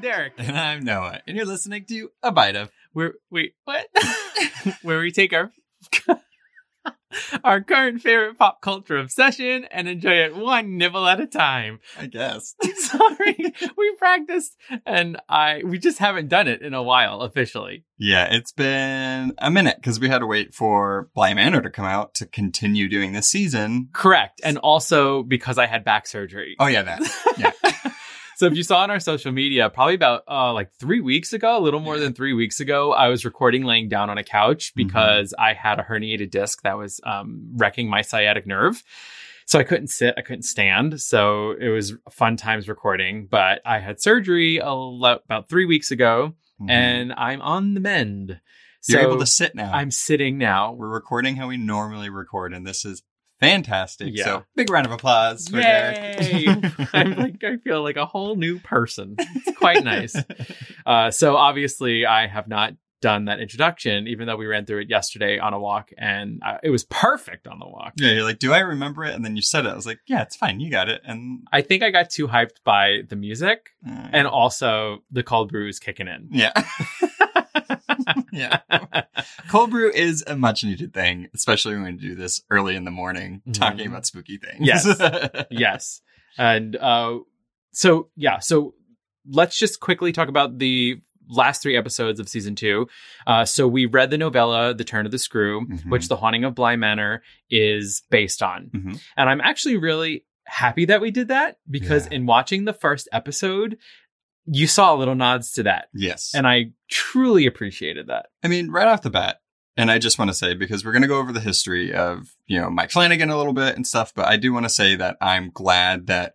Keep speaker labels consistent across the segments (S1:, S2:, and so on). S1: Derek.
S2: And I'm Noah, and you're listening to A Bite of.
S1: Where wait, what? Where we take our our current favorite pop culture obsession and enjoy it one nibble at a time.
S2: I guess.
S1: Sorry, we practiced and I we just haven't done it in a while officially.
S2: Yeah, it's been a minute because we had to wait for Bly Manor to come out to continue doing this season.
S1: Correct. And also because I had back surgery.
S2: Oh yeah, that. Yeah.
S1: so if you saw on our social media, probably about uh, like three weeks ago, a little more
S2: Yeah. Mm-hmm.
S1: than three weeks ago, I was recording laying down on a couch because I had a herniated disc that was um, wrecking my sciatic nerve. So I couldn't sit, I couldn't stand. So it was fun times recording, but I had surgery a lo- about three weeks ago,
S2: Mhm.
S1: and I'm on the mend. So
S2: you're able to uh, sit now.
S1: I'm sitting now.
S2: We're recording how we normally record, and this is fantastic.
S1: Yeah.
S2: So big round of applause for
S1: Yay!
S2: Derek.
S1: I'm like I feel like a whole new person. It's quite nice. Uh, so obviously, I have not done that introduction, even though we ran through it yesterday on a walk, and uh, it was perfect on the walk.
S2: Yeah, you're like, do I remember it? And then you said it. I was like, yeah, it's fine. You got it. And
S1: I think I got too hyped by the music
S2: uh,
S1: and also the cold brews kicking in.
S2: yeah, yeah. Cold brew is a much needed thing, especially when we do this early in the morning, talking
S1: Mhm.
S2: about spooky things.
S1: Yes. yes, and uh, so yeah, so let's just quickly talk about the last three episodes of season two. Uh, so we read the novella, The Turn of the Screw,
S2: Mhm.
S1: which The Haunting of Bly Manor is based on.
S2: Mhm.
S1: And I'm actually really happy that we did that because
S2: Yeah.
S1: in watching the first episode, you saw little nods to that.
S2: yes.
S1: And I truly appreciated that.
S2: I mean, right off the bat, and I just want to say because we're going to go over the history of you know Mike Flanagan a little bit and stuff, but I do want to say that I'm glad that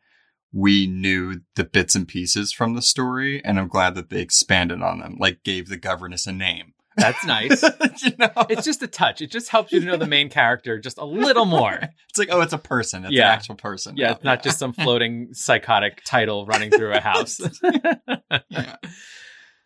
S2: we knew the bits and pieces from the story, and I'm glad that they expanded on them, like gave the governess a name.
S1: That's nice.
S2: you know,
S1: it's just a touch. It just helps you to know the main character just a little more.
S2: it's like oh, it's a person. It's
S1: Yeah.
S2: an actual person.
S1: Yeah, it's not just some floating psychotic title running through a house.
S2: Yeah.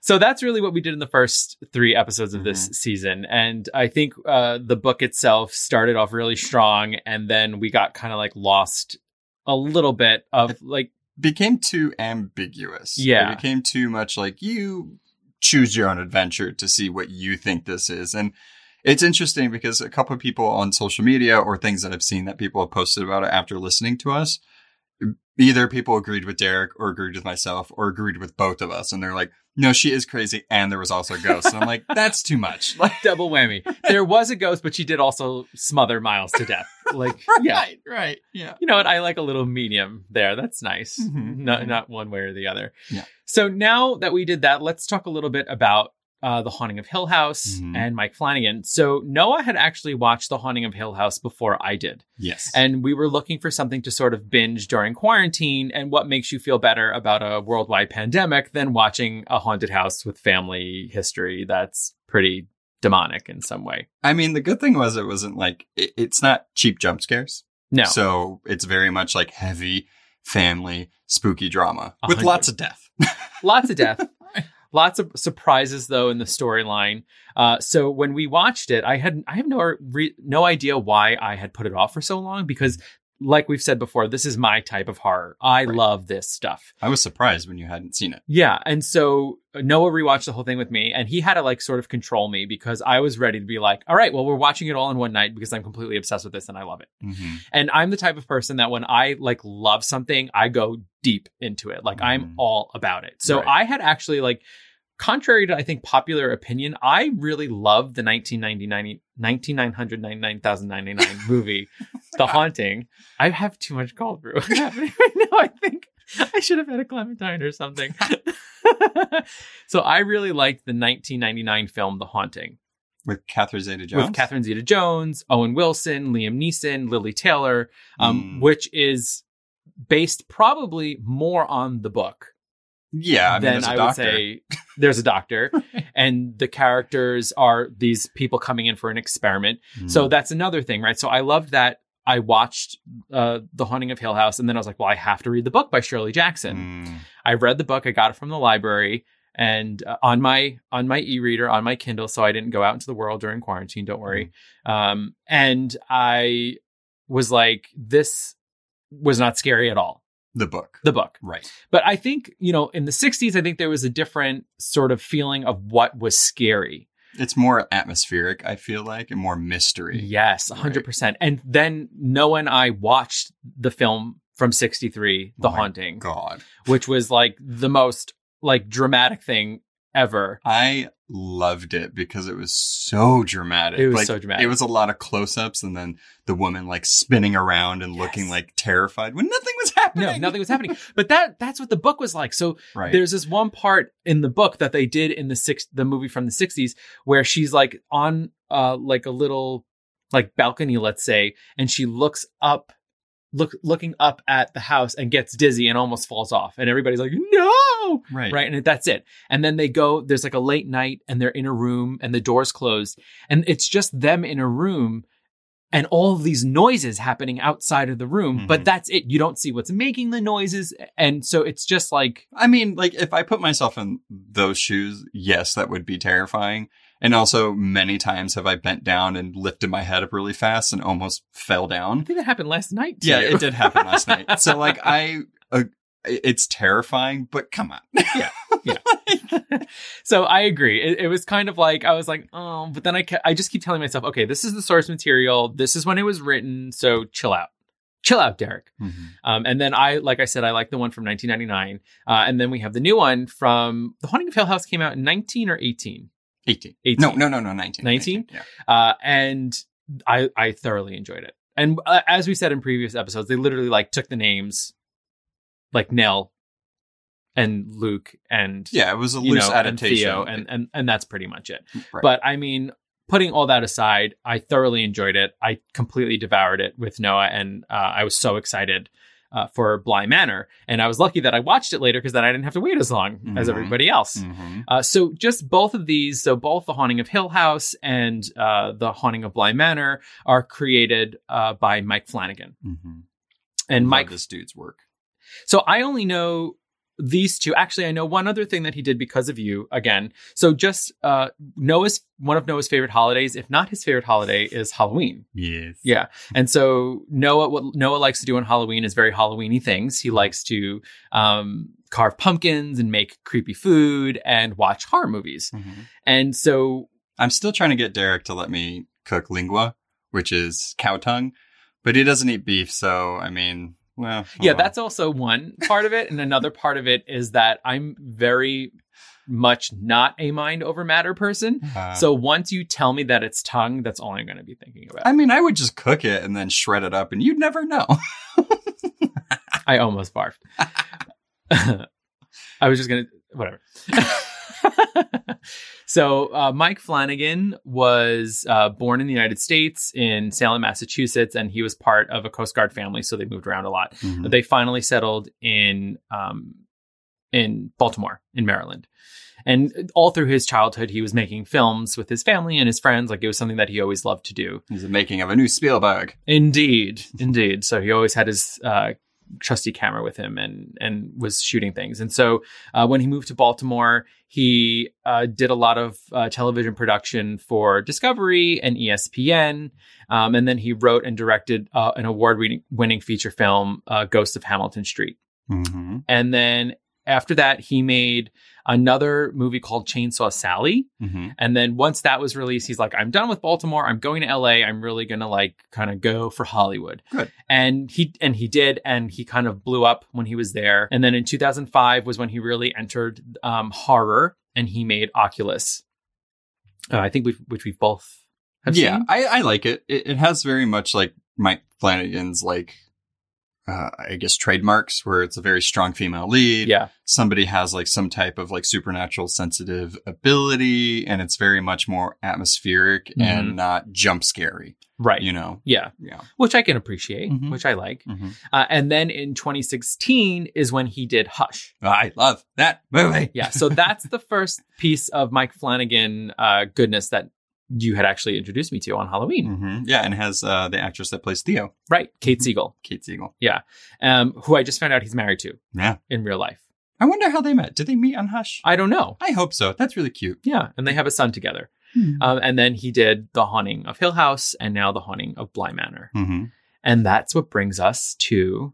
S1: So that's really what we did in the first three episodes of this season. And I think uh, the book itself started off really strong, and then we got kind of like lost a little bit of like,
S2: became too ambiguous.
S1: Yeah.
S2: It became too much like you choose your own adventure to see what you think this is. And it's interesting because a couple of people on social media or things that I've seen that people have posted about it after listening to us, either people agreed with Derek or agreed with myself or agreed with both of us. And they're like, no, she is crazy. And there was also ghosts. And I'm like, that's too much. Like,
S1: double whammy. there was a ghost, but she did also smother Miles to death. Like, yeah.
S2: right. Yeah.
S1: You know what? I like a little medium there. That's nice.
S2: Mhm.
S1: Not, not one way or the other.
S2: Yeah.
S1: So now that we did that, let's talk a little bit about uh, The Haunting of Hill House
S2: Mhm.
S1: and Mike Flanagan. So Noah had actually watched The Haunting of Hill House before I did.
S2: Yes.
S1: And we were looking for something to sort of binge during quarantine. And what makes you feel better about a worldwide pandemic than watching a haunted house with family history that's pretty demonic in some way?
S2: I mean, the good thing was it wasn't like, it, it's not cheap jump scares.
S1: No.
S2: So it's very much like heavy family spooky drama
S1: A
S2: with
S1: hundred.
S2: lots of death.
S1: lots of death. Lots of surprises though in the storyline. Uh, so when we watched it, I had I have no re- no idea why I had put it off for so long because, like we've said before, this is my type of horror. I
S2: Right.
S1: love this stuff.
S2: I was surprised when you hadn't seen it.
S1: Yeah. And so Noah rewatched the whole thing with me and he had to like sort of control me because I was ready to be like, all right, well, we're watching it all in one night because I'm completely obsessed with this and I love it. And I'm the type of person that when I like love something, I go deep into it. Like I'm
S2: Mhm.
S1: all about it. So
S2: Right.
S1: I had actually like, contrary to I think popular opinion, I really loved the 1999 1999 movie, The Haunting. I have too much cold brew happening right now. I think I should have had a clementine or something. so I really liked the 1999 film The Haunting
S2: With Catherine Zeta Jones.
S1: with Catherine Zeta Jones, Owen Wilson, Liam Neeson, Lily Taylor, um,
S2: Mm.
S1: which is based probably more on the book
S2: Yeah, I mean,
S1: than
S2: there's a
S1: I would
S2: doctor.
S1: say there's a doctor. and the characters are these people coming in for an experiment.
S2: Mm. Hmm.
S1: So that's another thing, right? So I loved that I watched uh, The Haunting of Hill House and then I was like, well, I have to read the book by Shirley Jackson.
S2: Mm.
S1: I read the book. I got it from the library and uh, on my on my e-reader on my Kindle, so I didn't go out into the world during quarantine. Don't worry.
S2: Mm-hmm.
S1: Um, and I was like, this was not scary at all.
S2: The book.
S1: the book.
S2: Right.
S1: But I think, you know, in the 60s, I think there was a different sort of feeling of what was scary.
S2: It's more atmospheric, I feel like, and more mystery.
S1: Yes, 100%. And then Noah and I watched the film from 63, The
S2: Oh my
S1: Haunting,
S2: God.
S1: which was like the most like dramatic thing ever.
S2: I loved it because it was so dramatic.
S1: It was
S2: Like,
S1: so dramatic.
S2: It was a lot of close ups and then the woman like spinning around and looking
S1: Yes.
S2: like terrified when nothing was happening.
S1: No, nothing was happening. But that that's what the book was like. So
S2: Right.
S1: There's this one part in the book that they did in the six the movie from the 60s where she's like on uh like a little like balcony let's say and she looks up look looking up at the house and gets dizzy and almost falls off and everybody's like no
S2: right.
S1: right and that's it and then they go there's like a late night and they're in a room and the doors closed and it's just them in a room and all of these noises happening outside of the room but
S2: Mhm.
S1: that's it you don't see what's making the noises and so it's just like
S2: I mean, like if I put myself in those shoes, yes, that would be terrifying. And also, many times have I bent down and lifted my head up really fast and almost fell
S1: I
S2: down.
S1: think that happened last night. To
S2: Yeah,
S1: you.
S2: it did happen last night. So, like, I, uh, it's terrifying, but come on. Yeah.
S1: so I agree. It, it was kind of like I was like, oh, but then I kept, I just keep telling myself, okay, this is the source material. This is when it was written. So chill out, chill out, Derek. Um, and then I, like I said, I like the one from 1999, uh, and then we have the new one from The Haunting of Hill House came out in 19 or 18,
S2: 18.
S1: 18.
S2: No, no, no, no, 19.
S1: 19?
S2: Yeah.
S1: uh, and I I thoroughly enjoyed it. And uh, as we said in previous episodes, they literally like took the names, like Nell, and Luke, and
S2: Yeah, it was a
S1: you
S2: loose
S1: know,
S2: adaptation.
S1: and Theo, and, and and that's pretty much it.
S2: Right.
S1: But I mean, putting all that aside, I thoroughly enjoyed it. I completely devoured it with Noah, and uh, I was so excited uh, for Bly Manor. And I was lucky that I watched it later because then I didn't have to wait as long as
S2: Mhm.
S1: everybody else.
S2: Mhm.
S1: Uh, so just both of these, so both the haunting of Hill House and uh, the haunting of Bly Manor, are created uh, by Mike Flanagan.
S2: Mhm.
S1: And
S2: Love
S1: Mike
S2: this dude's work.
S1: so I only know these two. Actually, I know one other thing that he did because of you again. So just uh Noah's one of Noah's favorite holidays, if not his favorite holiday, is Halloween.
S2: Yes.
S1: Yeah. And so Noah, what Noah likes to do on Halloween is very Halloweeny things. He likes to um carve pumpkins and make creepy food and watch horror movies.
S2: Mhm.
S1: And so
S2: I'm still trying to get Derek to let me cook lingua, which is cow tongue, but he doesn't eat beef, so I mean, well. oh
S1: yeah,
S2: well.
S1: that's also one part of it. And another part of it is that I'm very much not a mind over matter person.
S2: Uh,
S1: So once you tell me that it's tongue, that's all I'm going to be thinking about.
S2: I mean, I would just cook it and then shred it up, and you'd never know.
S1: I almost barfed. I was just going to, whatever. so uh, Mike Flanagan was uh, born in the United States in Salem, Massachusetts, and he was part of a Coast Guard family, so they moved around a lot.
S2: Mm-hmm. Mm.
S1: They finally settled in um, in Baltimore, in Maryland. And all through his childhood, he was making films with his family and his friends. Like it was something that he always loved to do.
S2: It's the making of a new Spielberg.
S1: Indeed, indeed. So he always had his uh, trusty camera with him and and was shooting things. And so uh, when he moved to Baltimore, he uh, did a lot of uh, television production for Discovery and E ESPN, um, and then he wrote and directed uh, an award-winning feature film, uh, "Ghost of Hamilton Street."
S2: Mm-hmm.
S1: And then after that, he made another movie called Chainsaw Sally.
S2: Mm-hmm.
S1: And then once that was released, he's like, I'm done with Baltimore. I'm going to LA. I'm really gonna like kind of go for Hollywood.
S2: Good.
S1: And he and he did, and he kind of blew up when he was there. And then in 2005 was when he really entered um, horror, and he made Oculus. Uh, I think we which we've both have
S2: Yeah,
S1: seen.
S2: I, I like it. it. It has very much like Mike Flanagan's, like, uh, I guess, trademarks, where it's a very strong female lead.
S1: Yeah,
S2: somebody has like some type of like supernatural sensitive ability and it's very much more atmospheric and not jump scary
S1: Mm-hmm. right.
S2: you know
S1: yeah,
S2: yeah
S1: which I can appreciate,
S2: Mhm.
S1: which I like. Uh, and then in 2016 is when he did Hush.
S2: i love that movie
S1: yeah so that's the first piece of mike flanagan uh, goodness that you had actually introduced me to on halloween
S2: Mhm. yeah and it has uh, the actress that plays theo
S1: right kate
S2: Mm-hmm.
S1: siegel
S2: kate siegel
S1: um, who i just found out he's married to
S2: Yeah.
S1: in real life
S2: i wonder how they met did they meet on hush
S1: i don't know
S2: i hope so that's really cute
S1: yeah and they have a son together
S2: Hmm.
S1: um, and then he did the haunting of hill house and
S2: Mm-hmm.
S1: now the haunting of bly manor
S2: Mhm.
S1: and that's what brings us to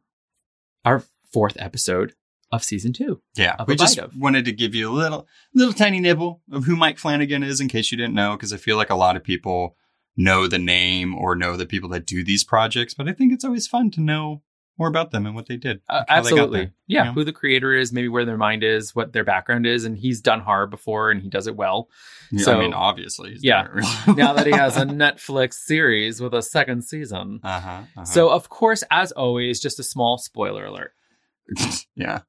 S1: our fourth episode of season two.
S2: Yeah,
S1: of
S2: we
S1: a
S2: just
S1: bite of.
S2: wanted to give you a little, little tiny nibble of who Mike Flanagan is, in case you didn't know, because I feel like a lot of people know the name or know the people that do these projects, but I think it's always fun to know more about them and what they did.
S1: Uh,
S2: how they got
S1: absolutely.
S2: there.
S1: Yeah,
S2: Yeah.
S1: Who the creator is, maybe where their mind is, what their background is. And he's done horror before and he does it well.
S2: Yeah,
S1: So-
S2: I mean, obviously, he's
S1: Yeah.
S2: done it really
S1: Now that he has a
S2: well.
S1: Netflix series with a second season.
S2: uh-huh, uh-huh.
S1: So, of course, as always, just a small spoiler alert.
S2: yeah,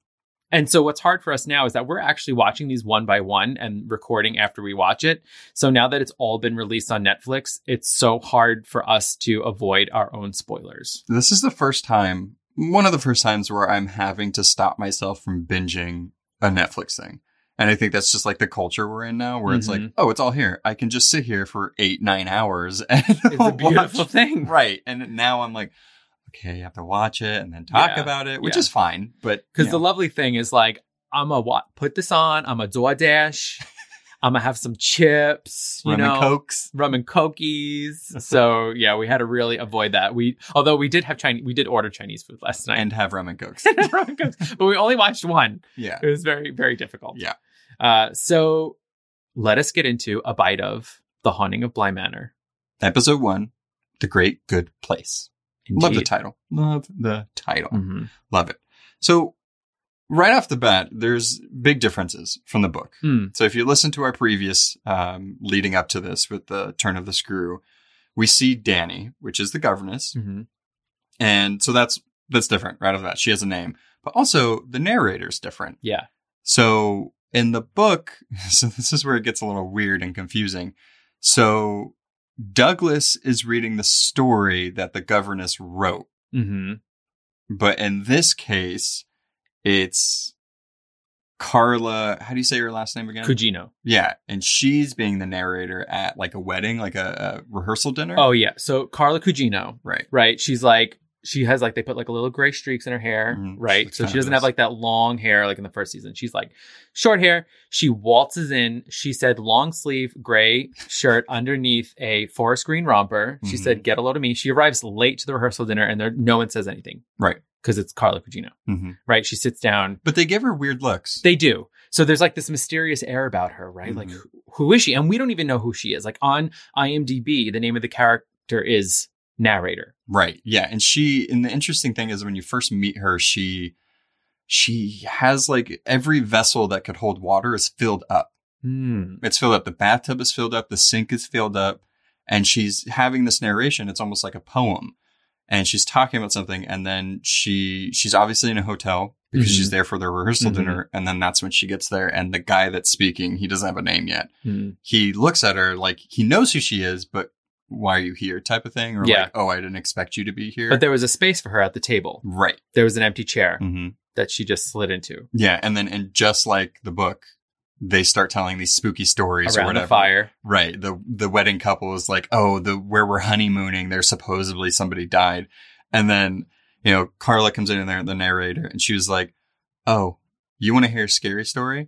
S1: And so, what's hard for us now is that we're actually watching these one by one and recording after we watch it. So, now that it's all been released on Netflix, it's so hard for us to avoid our own spoilers.
S2: this is the first time, one of the first times where I'm having to stop myself from binging a Netflix thing. And I think that's just like the culture we're in now, where it's like,
S1: Mhm.
S2: oh, it's all here. I can just sit here for eight, nine hours and
S1: It's a beautiful
S2: watch
S1: thing.
S2: right and now i'm like okay you have to watch it and then talk
S1: Yeah.
S2: about it which
S1: Yeah.
S2: is fine but
S1: Because
S2: you
S1: the
S2: know,
S1: lovely thing is like, I'm a wa- put this on. I'm a DoorDash. I'm gonna have some chips. You
S2: rum
S1: know.
S2: and cokes
S1: Rum and cokies. So yeah, we had to really avoid that. We although we did have Chinese, we did order Chinese food last night,
S2: and have rum and cokes
S1: Rum and cokes, but we only watched one.
S2: yeah
S1: It was very very difficult.
S2: Yeah.
S1: Uh, so let us get into a bite of the haunting of Bly Manor.
S2: episode one the great good place love the
S1: Indeed.
S2: title love the title
S1: Mhm.
S2: love it so right off the bat there's big differences from the book
S1: Hmm.
S2: So if you listen to our previous um, leading up to this with the turn of the screw, we see Danny, which is the governess,
S1: Mhm.
S2: and so that's that's different right off the bat. She has a name, but also the narrator's different.
S1: Yeah.
S2: So in the book, so this is where it gets a little weird and confusing. So Douglas is reading the story that the governess wrote,
S1: hmm
S2: but in this case, it's Carla. How do you say her last name again?
S1: Cugino.
S2: Yeah, and she's being the narrator at like a wedding, like a, a rehearsal dinner.
S1: Oh yeah. So Carla Cugino
S2: right.
S1: right? She's like she has like they put like a little gray streaks in her hair,
S2: Mhm. She
S1: right?
S2: looks
S1: So she doesn't
S2: fabulous.
S1: have like that long hair like in the first season. She's like short hair. She waltzes in. She said long sleeve gray shirt underneath a forest green romper. She
S2: Mhm.
S1: said, "Get a load of me." She arrives late to the rehearsal dinner, and there no one says anything,
S2: Right.
S1: Because it's Carla Cugino,
S2: hmm
S1: right? She sits down.
S2: But they give her weird looks.
S1: They do. So there's like this mysterious air about her, right? Like
S2: Mhm.
S1: who- who is she? And we don't even know who she is. Like on IMDb, the name of the character is narrator.
S2: right. Yeah, and she and the interesting thing is when you first meet her, she she has like every vessel that could hold water is filled up.
S1: Hmm.
S2: It's filled up. The bathtub is filled up. The sink is filled up. And she's having this narration. It's almost like a poem. And she's talking about something, and then she she's obviously in a hotel because
S1: Mhm.
S2: she's there for the rehearsal
S1: Mhm.
S2: dinner. And then that's when she gets there, and the guy that's speaking, he doesn't have a name yet.
S1: Hmm.
S2: he looks at her like he knows who she is, but why are you here type of thing? Or
S1: Yeah.
S2: like, oh, I didn't expect you to be here.
S1: But there was a space for her at the table.
S2: right.
S1: There was an empty chair
S2: hmm
S1: that she just slid into
S2: Yeah. And then, and just like the book, they start telling these spooky stories or
S1: around
S2: whatever.
S1: the fire.
S2: Right. The, the wedding couple is like, oh, the, where we're honeymooning, there's supposedly somebody died. And then, you know, Carla comes in and there, the narrator, and she was like, oh, you want to hear a scary story?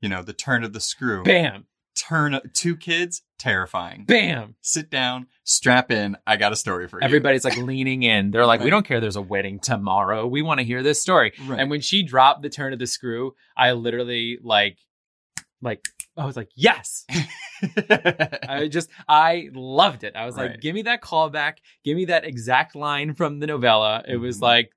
S2: You know, the turn of the screw.
S1: Bam,
S2: Turn two kids, terrifying.
S1: bam.
S2: sit down, strap in. I got a story for you.
S1: Everybody's like leaning in. They're like,
S2: Right.
S1: we don't care. There's a wedding tomorrow. We want to hear this story.
S2: Right.
S1: And when she dropped the turn of the screw, I literally like, like, I was like, yes. I just, I loved it. I was
S2: Right.
S1: like, give me that callback. Give me that exact line from the novella. It was
S2: Mhm.
S1: like,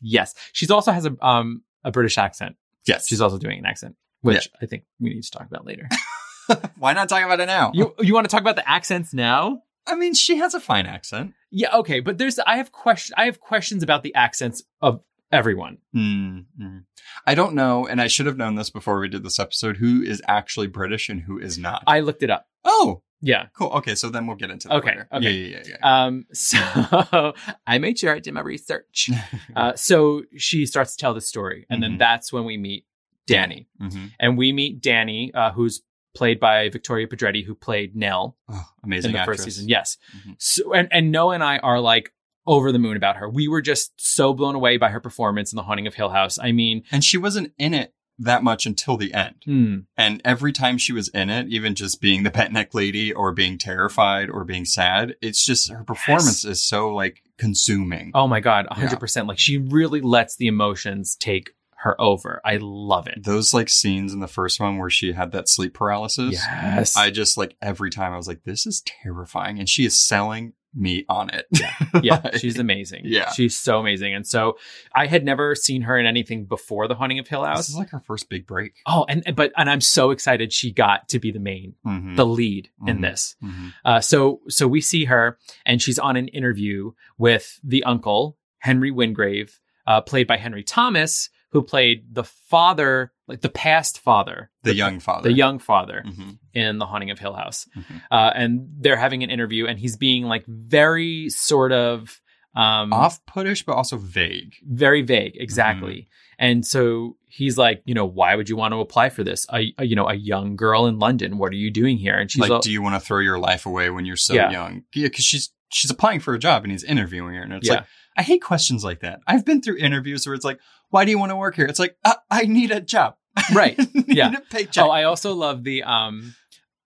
S1: yes. She's also has a um a British accent.
S2: yes.
S1: She's also doing an accent, which I think we need to talk about later.
S2: Why not talk about it now?
S1: you you want to talk about the accents now?
S2: I mean, she has a fine accent.
S1: Yeah, okay, but there's I have question I have questions about the accents of everyone.
S2: Mm, mm. I don't know, and I should have known this before we did this episode. Who is actually British and who is not?
S1: I looked it up.
S2: oh,
S1: Yeah.
S2: cool. Okay, so then we'll get into that.
S1: Okay,
S2: later.
S1: okay.
S2: Yeah, yeah, yeah. yeah.
S1: Um so I made sure I did my research. Uh, so she starts to tell the story and
S2: Mhm.
S1: then that's when we meet Danny.
S2: hmm
S1: And we meet Danny uh, who's played by Victoria Pedretti who played Nell
S2: oh, amazing
S1: in the
S2: actress.
S1: first season. Yes.
S2: Mhm.
S1: So and and Noah and I are like over the moon about her. We were just so blown away by her performance in The Haunting of Hill House. I mean,
S2: And she wasn't in it that much until the end.
S1: Hmm.
S2: And every time she was in it, even just being the pet neck lady or being terrified or being sad, it's just her performance is so like consuming.
S1: Oh my God, 100%. Like she really lets the emotions take her over. I love it.
S2: Those like scenes in the first one where she had that sleep paralysis.
S1: Yes.
S2: I just like every time I was like, this is terrifying. And she is selling me on it. Yeah.
S1: yeah, she's amazing.
S2: Yeah.
S1: She's so amazing. And so I had never seen her in anything before The Haunting of Hill
S2: this
S1: House.
S2: is like her first big break.
S1: Oh, and and- but and I'm so excited she got to be the main,
S2: Mhm.
S1: the lead in
S2: Mhm.
S1: this.
S2: Mhm.
S1: Uh, so so we see her, and she's on an interview with the uncle Henry Wingrave, uh, played by Henry Thomas, who played the father, like the past father,
S2: The young father.
S1: the young Mm-hmm. father
S2: Mhm.
S1: in The Haunting of Hill House.
S2: Mhm.
S1: Uh, and they're having an interview, and he's being like very sort of um,
S2: Off puttish, but also vague.
S1: very vague, exactly.
S2: Mm-hmm.
S1: And so he's like, you know, why would you want to apply for this? A, a- you know, a young girl in London. What are you doing here? And she's
S2: like,
S1: all-
S2: do you want to throw your life away when you're so
S1: Yeah.
S2: young? Yeah, because she's she's applying for a job and he's interviewing her, and it's
S1: Yeah.
S2: like, I hate questions like that. I've been through interviews where it's like, why do you want to work here? It's like, uh, I need a job,
S1: right.
S2: I need
S1: Yeah.
S2: a paycheck.
S1: oh, I also love the um,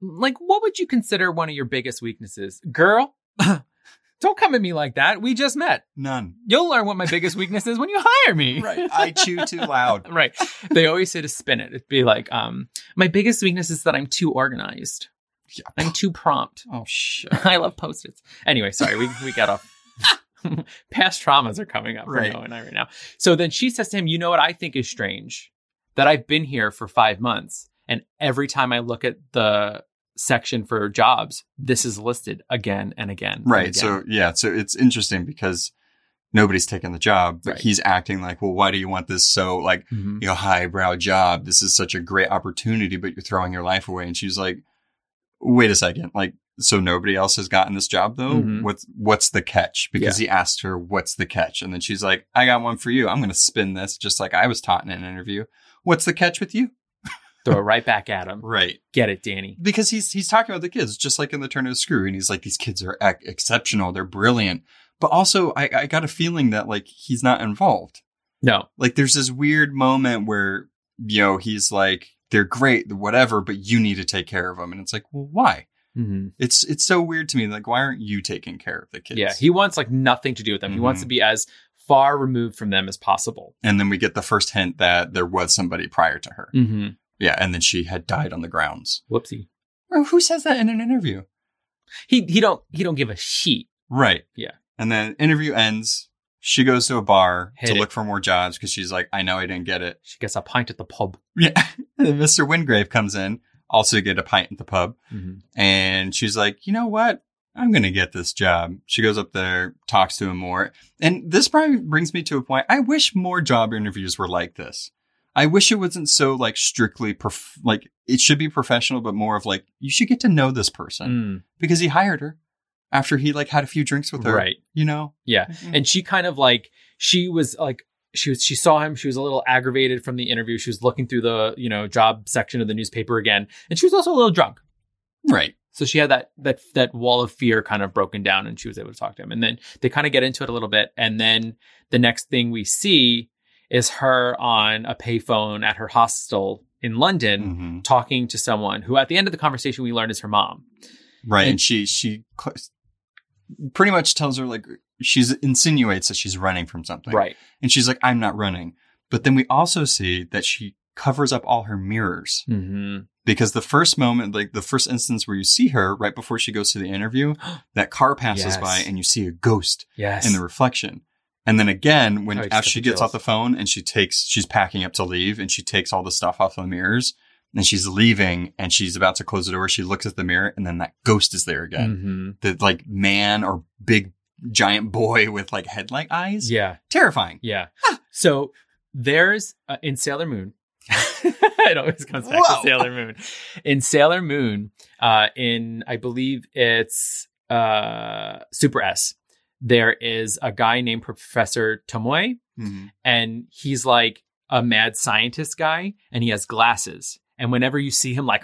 S1: like, what would you consider one of your biggest weaknesses, girl? Don't come at me like that. We just met.
S2: None.
S1: You'll learn what my biggest weakness is when you hire me.
S2: Right. I chew too loud.
S1: right. They always say to spin it. It'd be like, um, my biggest weakness is that I'm too organized.
S2: Yeah.
S1: I'm too prompt.
S2: Oh shit.
S1: I love post-its. Anyway, sorry, we, we got off. Past traumas are coming up for
S2: Right.
S1: Noah and I right now. So then she says to him, You know what I think is strange? That I've been here for five months. And every time I look at the section for jobs, this is listed again and again. and
S2: Right.
S1: again."
S2: So yeah. So it's interesting because nobody's taking the job, but
S1: Right.
S2: he's acting like, well, why do you want this so like
S1: Mhm.
S2: you know highbrow job? This is such a great opportunity, but you're throwing your life away. And she's like, wait a second, like so nobody else has gotten this job though.
S1: Mhm.
S2: What's what's the catch? Because he asked her, what's the catch? And then she's like, I got one for you. I'm going to spin this just like I was taught in an interview. What's the catch with you?
S1: throw it right back at him.
S2: Right.
S1: Get it, Danny.
S2: because he's he's talking about the kids just like in the turn of the screw and he's like these kids are ec- exceptional they're brilliant but also I, I got a feeling that like he's not involved
S1: No,
S2: like there's this weird moment where you know he's like they're great whatever but you need to take care of them and it's like well why
S1: Mhm.
S2: it's it's so weird to me like why aren't you taking care of the kids
S1: Yeah, he wants like nothing to do with them. He wants
S2: Mhm.
S1: to be as far removed from them as possible.
S2: and then we get the first hint that there was somebody prior to her
S1: Mm-hmm.
S2: yeah and then she had died on the grounds
S1: Whoopsie.
S2: Well, who says that in an interview
S1: He he don't he don't give a shit.
S2: Right.
S1: Yeah.
S2: And then interview ends. She goes to a bar
S1: Hit
S2: to
S1: it.
S2: look for more jobs because she's like, I know I didn't get it.
S1: She gets a pint at the pub.
S2: Yeah. And then Mr. Wingrave comes in, also to get a pint at the pub.
S1: Mm-hmm.
S2: And she's like, you know what? I'm going to get this job. She goes up there, talks to him more. And this probably brings me to a point. I wish more job interviews were like this. I wish it wasn't so like strictly prof- like it should be professional, but more of like you should get to know this
S1: Mm.
S2: person because he hired her after he like had a few drinks with her.
S1: Right.
S2: You know?
S1: Yeah. And she kind of like she was like she was she saw him. She was a little aggravated from the interview. She was looking through the you know job section of the newspaper again, and she was also a little drunk.
S2: Right.
S1: So she had that that that wall of fear kind of broken down, and she was able to talk to him. And then they kind of get into it a little bit, and then the next thing we see is her on a payphone at her hostel in London,
S2: Mhm.
S1: talking to someone who, at the end of the conversation, we learn is her mom.
S2: Right.
S1: And-
S2: And, she she cl- pretty much tells her like she's insinuates that she's running from something.
S1: right.
S2: And she's like, I'm not running. But then we also see that she covers up all her mirrors
S1: Mm-hmm.
S2: because the first moment, like the first instance where you see her right before she goes to the interview, that car passes
S1: Yes.
S2: by and you see a ghost
S1: Yes.
S2: in the reflection. And then again, when
S1: Oh, I just
S2: after
S1: got
S2: she
S1: the
S2: gets off
S1: chills.
S2: the phone and she takes, she's packing up to leave and she takes all the stuff off the mirrors and she's leaving and she's about to close the door. She looks at the mirror and then that ghost is there again.
S1: Mhm.
S2: The like man or big giant boy with like headlight eyes.
S1: Yeah.
S2: Terrifying.
S1: Yeah. So there's uh, in Sailor Moon. it always comes back
S2: Whoa.
S1: to Sailor Moon. In Sailor Moon, uh, in I believe it's uh, Super S, there is a guy named Professor Tomoe, and he's like a mad scientist guy, and he has glasses. And whenever you see him, like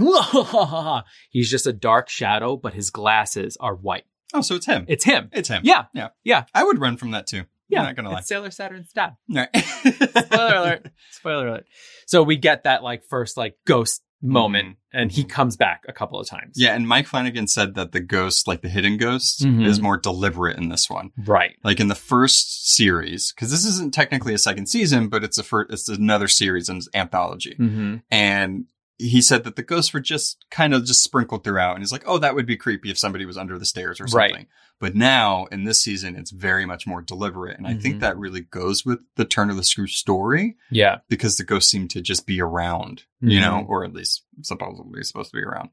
S1: he's just a dark shadow, but his glasses are white.
S2: Oh, so it's him.
S1: It's him.
S2: It's him.
S1: Yeah,
S2: Yeah.
S1: yeah.
S2: I would run from that too.
S1: Yeah,
S2: not gonna lie.
S1: it's Sailor Saturn's dad.
S2: Right.
S1: Spoiler alert! Spoiler alert! So we get that like first like ghost moment, and he comes back a couple of times.
S2: Yeah, and Mike Flanagan said that the ghost, like the hidden ghost,
S1: Mhm.
S2: is more deliberate in this one.
S1: right.
S2: Like in the first series, because this isn't technically a second season, but it's a first, it's another series in his anthology.
S1: Mm-hmm.
S2: And he said that the ghosts were just kind of just sprinkled throughout. And he's like, oh, that would be creepy if somebody was under the stairs or
S1: Right.
S2: something. But now in this season, it's very much more deliberate. And I
S1: Mhm.
S2: think that really goes with the turn of the screw story
S1: Yeah.
S2: because the ghosts seem to just be around, you
S1: Mhm.
S2: know, or at least supposedly supposed to be around.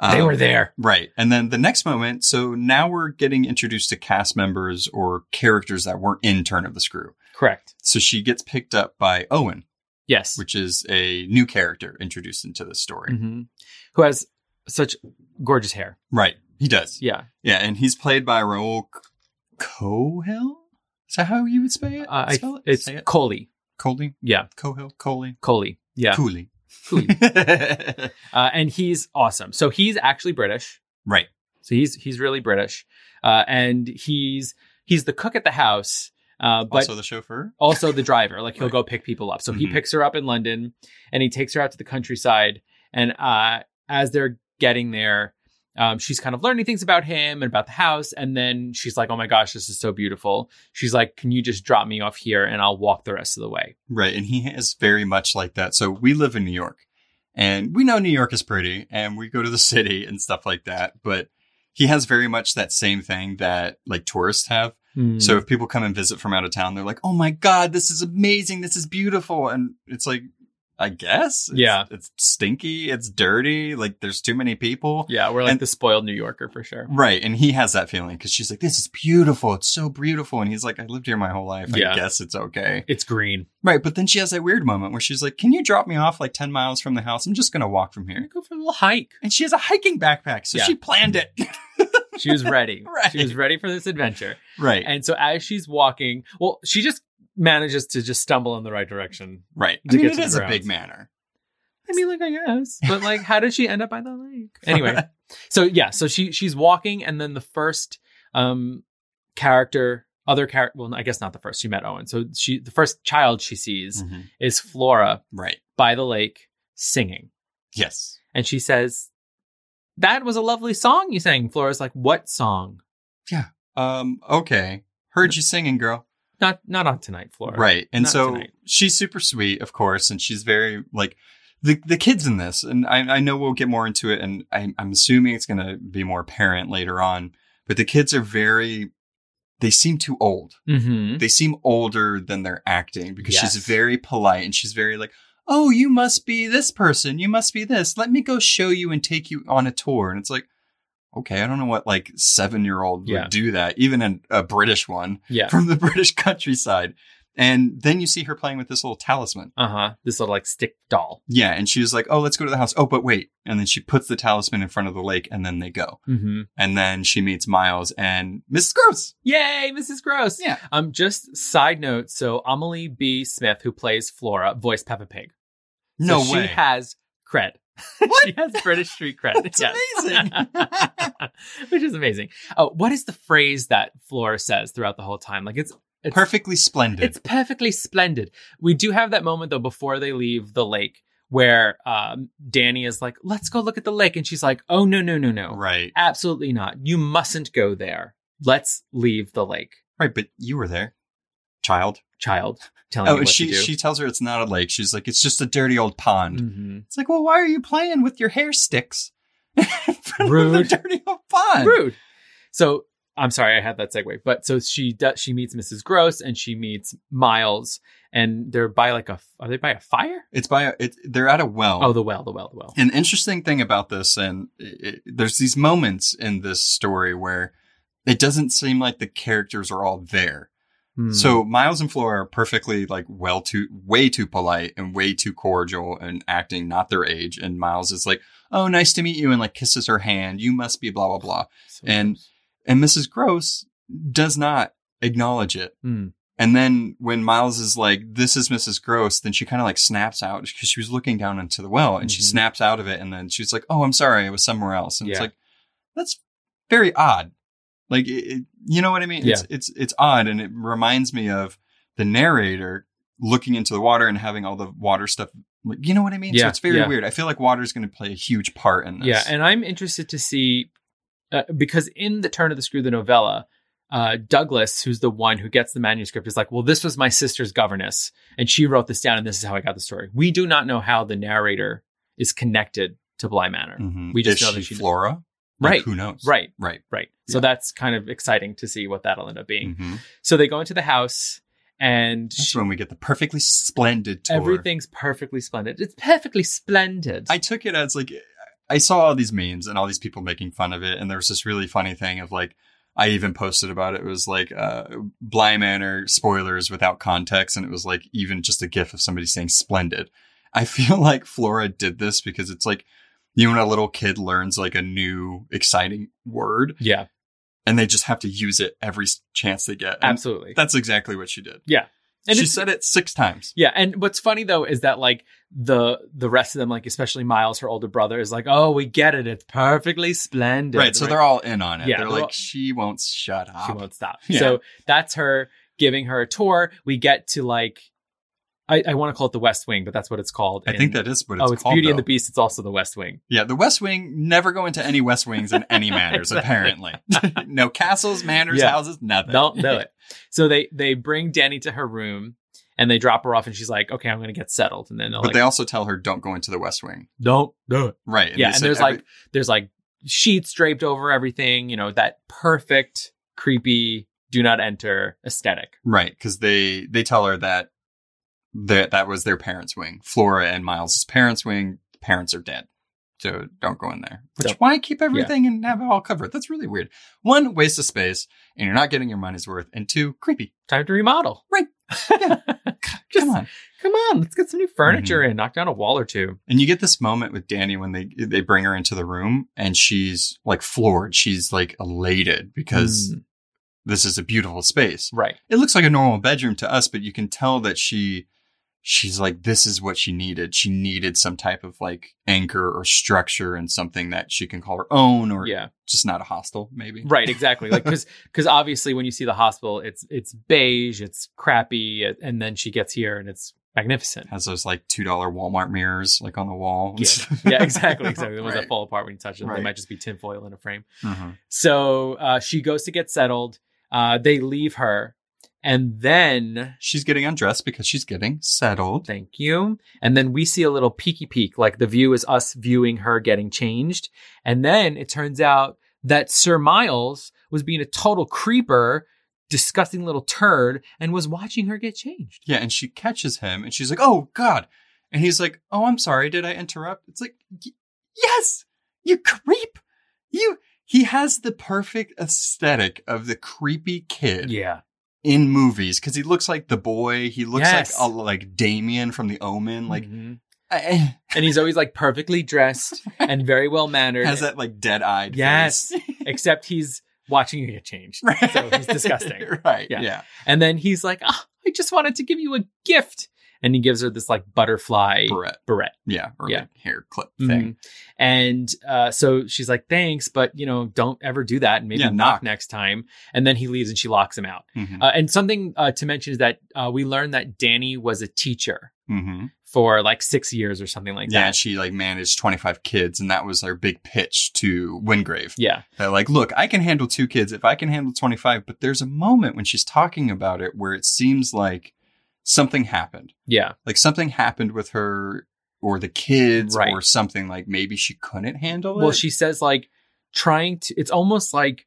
S1: they
S2: Um,
S1: were there.
S2: Right. And then the next moment, so now we're getting introduced to cast members or characters that weren't in Turn of the Screw.
S1: Correct.
S2: So she gets picked up by Owen,
S1: Yes.
S2: which is a new character introduced into the story.
S1: Mhm. Who has such gorgeous hair.
S2: Right. He does.
S1: Yeah.
S2: Yeah. And he's played by Raoul C- Cohill? Is that how you would say it?
S1: Uh, I,
S2: Spell it?
S1: it's
S2: Say it?
S1: Coley.
S2: Coley?
S1: Yeah.
S2: Cohill? Coley?
S1: Coley. Yeah.
S2: Cooley.
S1: Cooley. Uh, and he's awesome. So he's actually British.
S2: right.
S1: So he's he's really British, uh, and he's he's the cook at the house, uh, but
S2: also the chauffeur?
S1: also the driver. Like he'll
S2: Right.
S1: go pick people up. So he
S2: Mhm.
S1: picks her up in London, and he takes her out to the countryside. And uh, as they're getting there, um, she's kind of learning things about him and about the house. And then she's like, "Oh my gosh, this is so beautiful." She's like, "Can you just drop me off here, and I'll walk the rest of the way?"
S2: Right. And he is very much like that. So we live in New York and we know New York is pretty and we go to the city and stuff like that. But he has very much that same thing that like tourists have.
S1: Hmm.
S2: So if people come and visit from out of town, they're like, oh my God, this is amazing. This is beautiful. And it's like, I guess. It's,
S1: Yeah.
S2: It's stinky. It's dirty. Like there's too many people.
S1: yeah, we're like
S2: and-
S1: the spoiled New Yorker for sure.
S2: Right. And he has that feeling because she's like, this is beautiful. It's so beautiful. And he's like, I lived here my whole life.
S1: Yeah.
S2: I guess it's okay.
S1: It's green.
S2: Right, but then she has that weird moment where she's like, "Can you drop me off like ten miles from the house? I'm just gonna walk from
S1: I'm gonna
S2: here."
S1: go for a little hike.
S2: And she has a hiking backpack, so
S1: Yeah.
S2: she planned it.
S1: She was ready.
S2: Right.
S1: She was ready for this adventure.
S2: right,
S1: And so as she's walking, well, she just manages to just stumble in the right direction.
S2: right. I
S1: to
S2: mean,
S1: get
S2: it
S1: to the
S2: is a
S1: grounds.
S2: big manor.
S1: I mean, like I guess, but like, how did she end up by the lake? Anyway, so yeah, so she she's walking, and then the first um character, other character, well, I guess not the first. She met Owen, so she the first child she sees
S2: Mhm.
S1: is Flora
S2: Right.
S1: by the lake singing,
S2: Yes.
S1: and she says, "That was a lovely song you sang." Flora's like, "What song?"
S2: Um. Okay. Heard you singing, girl.
S1: Not not on tonight, Flora.
S2: Right. And
S1: Not
S2: so
S1: tonight.
S2: she's super sweet, of course, and she's very like the the kids in this, and I, I know we'll get more into it, and I, I'm assuming it's gonna be more apparent later on. But the kids are very. They seem too old.
S1: Mm-hmm.
S2: they seem older than they're acting because
S1: Yes.
S2: she's very polite and she's very like, "Oh, you must be this person. You must be this. Let me go show you and take you on a tour." And it's like, okay, I don't know what like seven year old
S1: Yeah.
S2: would do that, even an, a British one
S1: Yeah.
S2: from the British countryside. And then you see her playing with this little talisman.
S1: Uh huh. This little like stick doll.
S2: Yeah, and she was like, "Oh, let's go to the house." Oh, but wait, and then she puts the talisman in front of the lake, and then they go.
S1: Mm-hmm.
S2: And then she meets Miles and Mrs. Gross.
S1: Yay, Mrs. Gross.
S2: Yeah.
S1: Um, just side note. So Amelie B. Smith, who plays Flora, voiced Peppa Pig. So
S2: No
S1: she
S2: way.
S1: has cred.
S2: What?
S1: she has British street cred.
S2: That's
S1: Yes.
S2: amazing.
S1: Which is amazing. Oh, what is the phrase that Flora says throughout the whole time? Like it's it's
S2: Perfectly splendid.
S1: It's perfectly splendid. We do have that moment though before they leave the lake where um, Danny is like, "Let's go look at the lake," and she's like, "Oh no, no, no, no,
S2: Right.
S1: absolutely not. You mustn't go there. Let's leave the lake."
S2: Right, but you were there. Child.
S1: child telling
S2: Oh,
S1: me
S2: and
S1: what
S2: she
S1: to do.
S2: she tells her it's not a lake. She's like, it's just a dirty old pond.
S1: Mhm.
S2: It's like, well, why are you playing with your hair sticks? In front of
S1: Rude.
S2: the dirty old pond.
S1: rude. So I'm sorry I had that segue, but so she does. She meets Mrs. Gross and she meets Miles, and they're by like a are they by a fire?
S2: It's by a, it, they're at a well.
S1: Oh, the well, the well, the well.
S2: An interesting thing about this, and it, it- there's these moments in this story where it doesn't seem like the characters are all there.
S1: Hmm.
S2: So Miles and Flora are perfectly like well too way too polite and way too cordial and acting not their age. And Miles is like, "Oh, nice to meet you," and like kisses her hand. You must be blah blah blah.
S1: So-
S2: and- And Mrs. Gross does not acknowledge it.
S1: Hmm.
S2: And then when Miles is like, "This is Mrs. Gross," then she kind of like snaps out because she was looking down into the well and she
S1: Mhm.
S2: snaps out of it. And then she's like, "Oh, I'm sorry, I was somewhere else." And it's
S1: Yeah.
S2: like that's very odd. Like it, it, you know what I mean? It's it's it's odd and it reminds me of the narrator looking into the water and having all the water stuff like you know what I mean? So
S1: Yeah,
S2: it's very
S1: yeah.
S2: weird. I feel like water is going to play a huge part in this.
S1: Yeah, and I'm interested to see uh, because in the turn of the screw, the novella, uh, Douglas, who's the one who gets the manuscript, is like, "Well, this was my sister's governess, and she wrote this down, and this is how I got the story." We do not know how the narrator is connected to Bly Manor,
S2: Mhm.
S1: we just
S2: Is
S1: know
S2: she
S1: that she-
S2: Flora. Like,
S1: right?
S2: who knows?
S1: Right,
S2: Right.
S1: right. So
S2: Yeah.
S1: that's kind of exciting to see what that'll end up being.
S2: Mhm.
S1: So they go into the house, and
S2: That's
S1: she-
S2: when we get the perfectly splendid tour.
S1: everything's perfectly splendid. It's perfectly splendid.
S2: I took it as like I saw all these memes and all these people making fun of it, and there was this really funny thing of like I even posted about it. It was like uh, Bly Manor spoilers without context, and it was like even just a gif of somebody saying "splendid." I feel like Flora did this because it's like you know when a little kid learns like a new exciting word,
S1: yeah,
S2: and they just have to use it every s- chance they get. And
S1: absolutely.
S2: that's exactly what she did.
S1: Yeah. And
S2: she
S1: it's-
S2: said it six times.
S1: Yeah, and what's funny though is that like the the rest of them, like especially Miles, her older brother, is like, "Oh, we get it. It's perfectly splendid."
S2: Right, so they're all in on it.
S1: Yeah,
S2: they're,
S1: they're
S2: like,
S1: all-
S2: she won't shut up.
S1: she won't stop.
S2: Yeah.
S1: So that's her giving her a tour. We get to like, I, I want to call it the West Wing, but that's what it's called.
S2: I
S1: in-
S2: think that is what it's,
S1: oh, it's
S2: called.
S1: Beauty and
S2: though.
S1: the Beast. It's also the West Wing.
S2: Yeah, the West Wing never go into any West Wings in any manners, apparently.
S1: Exactly.
S2: no castles, manors,
S1: Yeah.
S2: houses, nothing.
S1: Don't do it. So they they bring Danny to her room and they drop her off, and she's like, "Okay, I'm gonna get settled." And then they're
S2: But
S1: like,
S2: they also tell her don't go into the West Wing.
S1: "Don't do it."
S2: Right.
S1: yeah,
S2: they
S1: and
S2: say
S1: there's
S2: every-
S1: like there's like sheets draped over everything. You know that perfect creepy do not enter aesthetic.
S2: Right, because they they tell her that that that was their parents' wing. Flora and Miles' parents' wing, parents are dead. So don't go in there. Which
S1: Don't-
S2: why keep everything and have it all covered? That's really weird. One, waste of space, and you're not getting your money's worth. And two, creepy.
S1: Time to remodel.
S2: Right.
S1: Just
S2: Come on.
S1: come on, let's get some new furniture
S2: Mm-hmm.
S1: in. Knock down a wall or two.
S2: And you get this moment with Danny when they they bring her into the room and she's like floored. She's like elated because
S1: Mm,
S2: this is a beautiful space.
S1: right.
S2: It looks like a normal bedroom to us, but you can tell that she she's like this is what she needed. She needed some type of like anchor or structure and something that she can call her own or
S1: Yeah.
S2: just not a hostel maybe.
S1: Right. Exactly. Like because obviously when you see the hospital, it's it's beige, it's crappy, and then she gets here and it's magnificent.
S2: Has those like $2 Walmart mirrors like on the wall.
S1: Yeah. yeah. Exactly. Exactly. The ones
S2: Right.
S1: that fall apart when you touch them,
S2: Right.
S1: they might just be tinfoil in a frame.
S2: Mhm.
S1: So uh, she goes to get settled. Uh, they leave her, and then
S2: She's getting undressed because she's getting settled.
S1: thank you. And then we see a little peeky peek, like the view is us viewing her getting changed. And then it turns out that Sir Miles was being a total creeper, disgusting little turd, and was watching her get changed.
S2: Yeah, and she catches him and she's like, "Oh God!" And he's like, "Oh, I'm sorry. Did I interrupt?" It's like, y- "Yes, you creep. You." He has the perfect aesthetic of the creepy kid
S1: Yeah,
S2: in movies because he looks like the boy. He looks
S1: Yes.
S2: like a, like Damien from The Omen. Like, eh,
S1: like,
S2: I-
S1: Mm-hmm. and he's always like perfectly dressed and very well
S2: I-
S1: mannered.
S2: has that like dead eyed.
S1: Yes. Except he's watching you get changed, so he's disgusting.
S2: right. Yeah.
S1: Yeah. And then he's like, "Ah, I just wanted to give you a gift. And he gives her this like butterfly
S2: Barrette.
S1: beret.
S2: Yeah. Or
S1: Yeah.
S2: like, hair clip
S1: Mhm.
S2: thing.
S1: And uh, so she's like, thanks, but you know, don't ever do that. And maybe
S2: Yeah,
S1: knock,
S2: knock.
S1: next time. And then he leaves and she locks him out.
S2: Mm-hmm.
S1: Uh, and something uh, to mention is that uh, we learned that Danny was a teacher
S2: mm-hmm.
S1: for like six years or something like
S2: Yeah.
S1: that.
S2: She like managed 25 kids, and that was her big pitch to Wingrave.
S1: Yeah.
S2: They're like, look, I can handle two kids if I can handle 25, but there's a moment when she's talking about it where it seems like something happened.
S1: Yeah.
S2: Like something happened with her or the kids
S1: Right.
S2: or something like maybe she couldn't handle it.
S1: Well, she says like trying to, it's almost like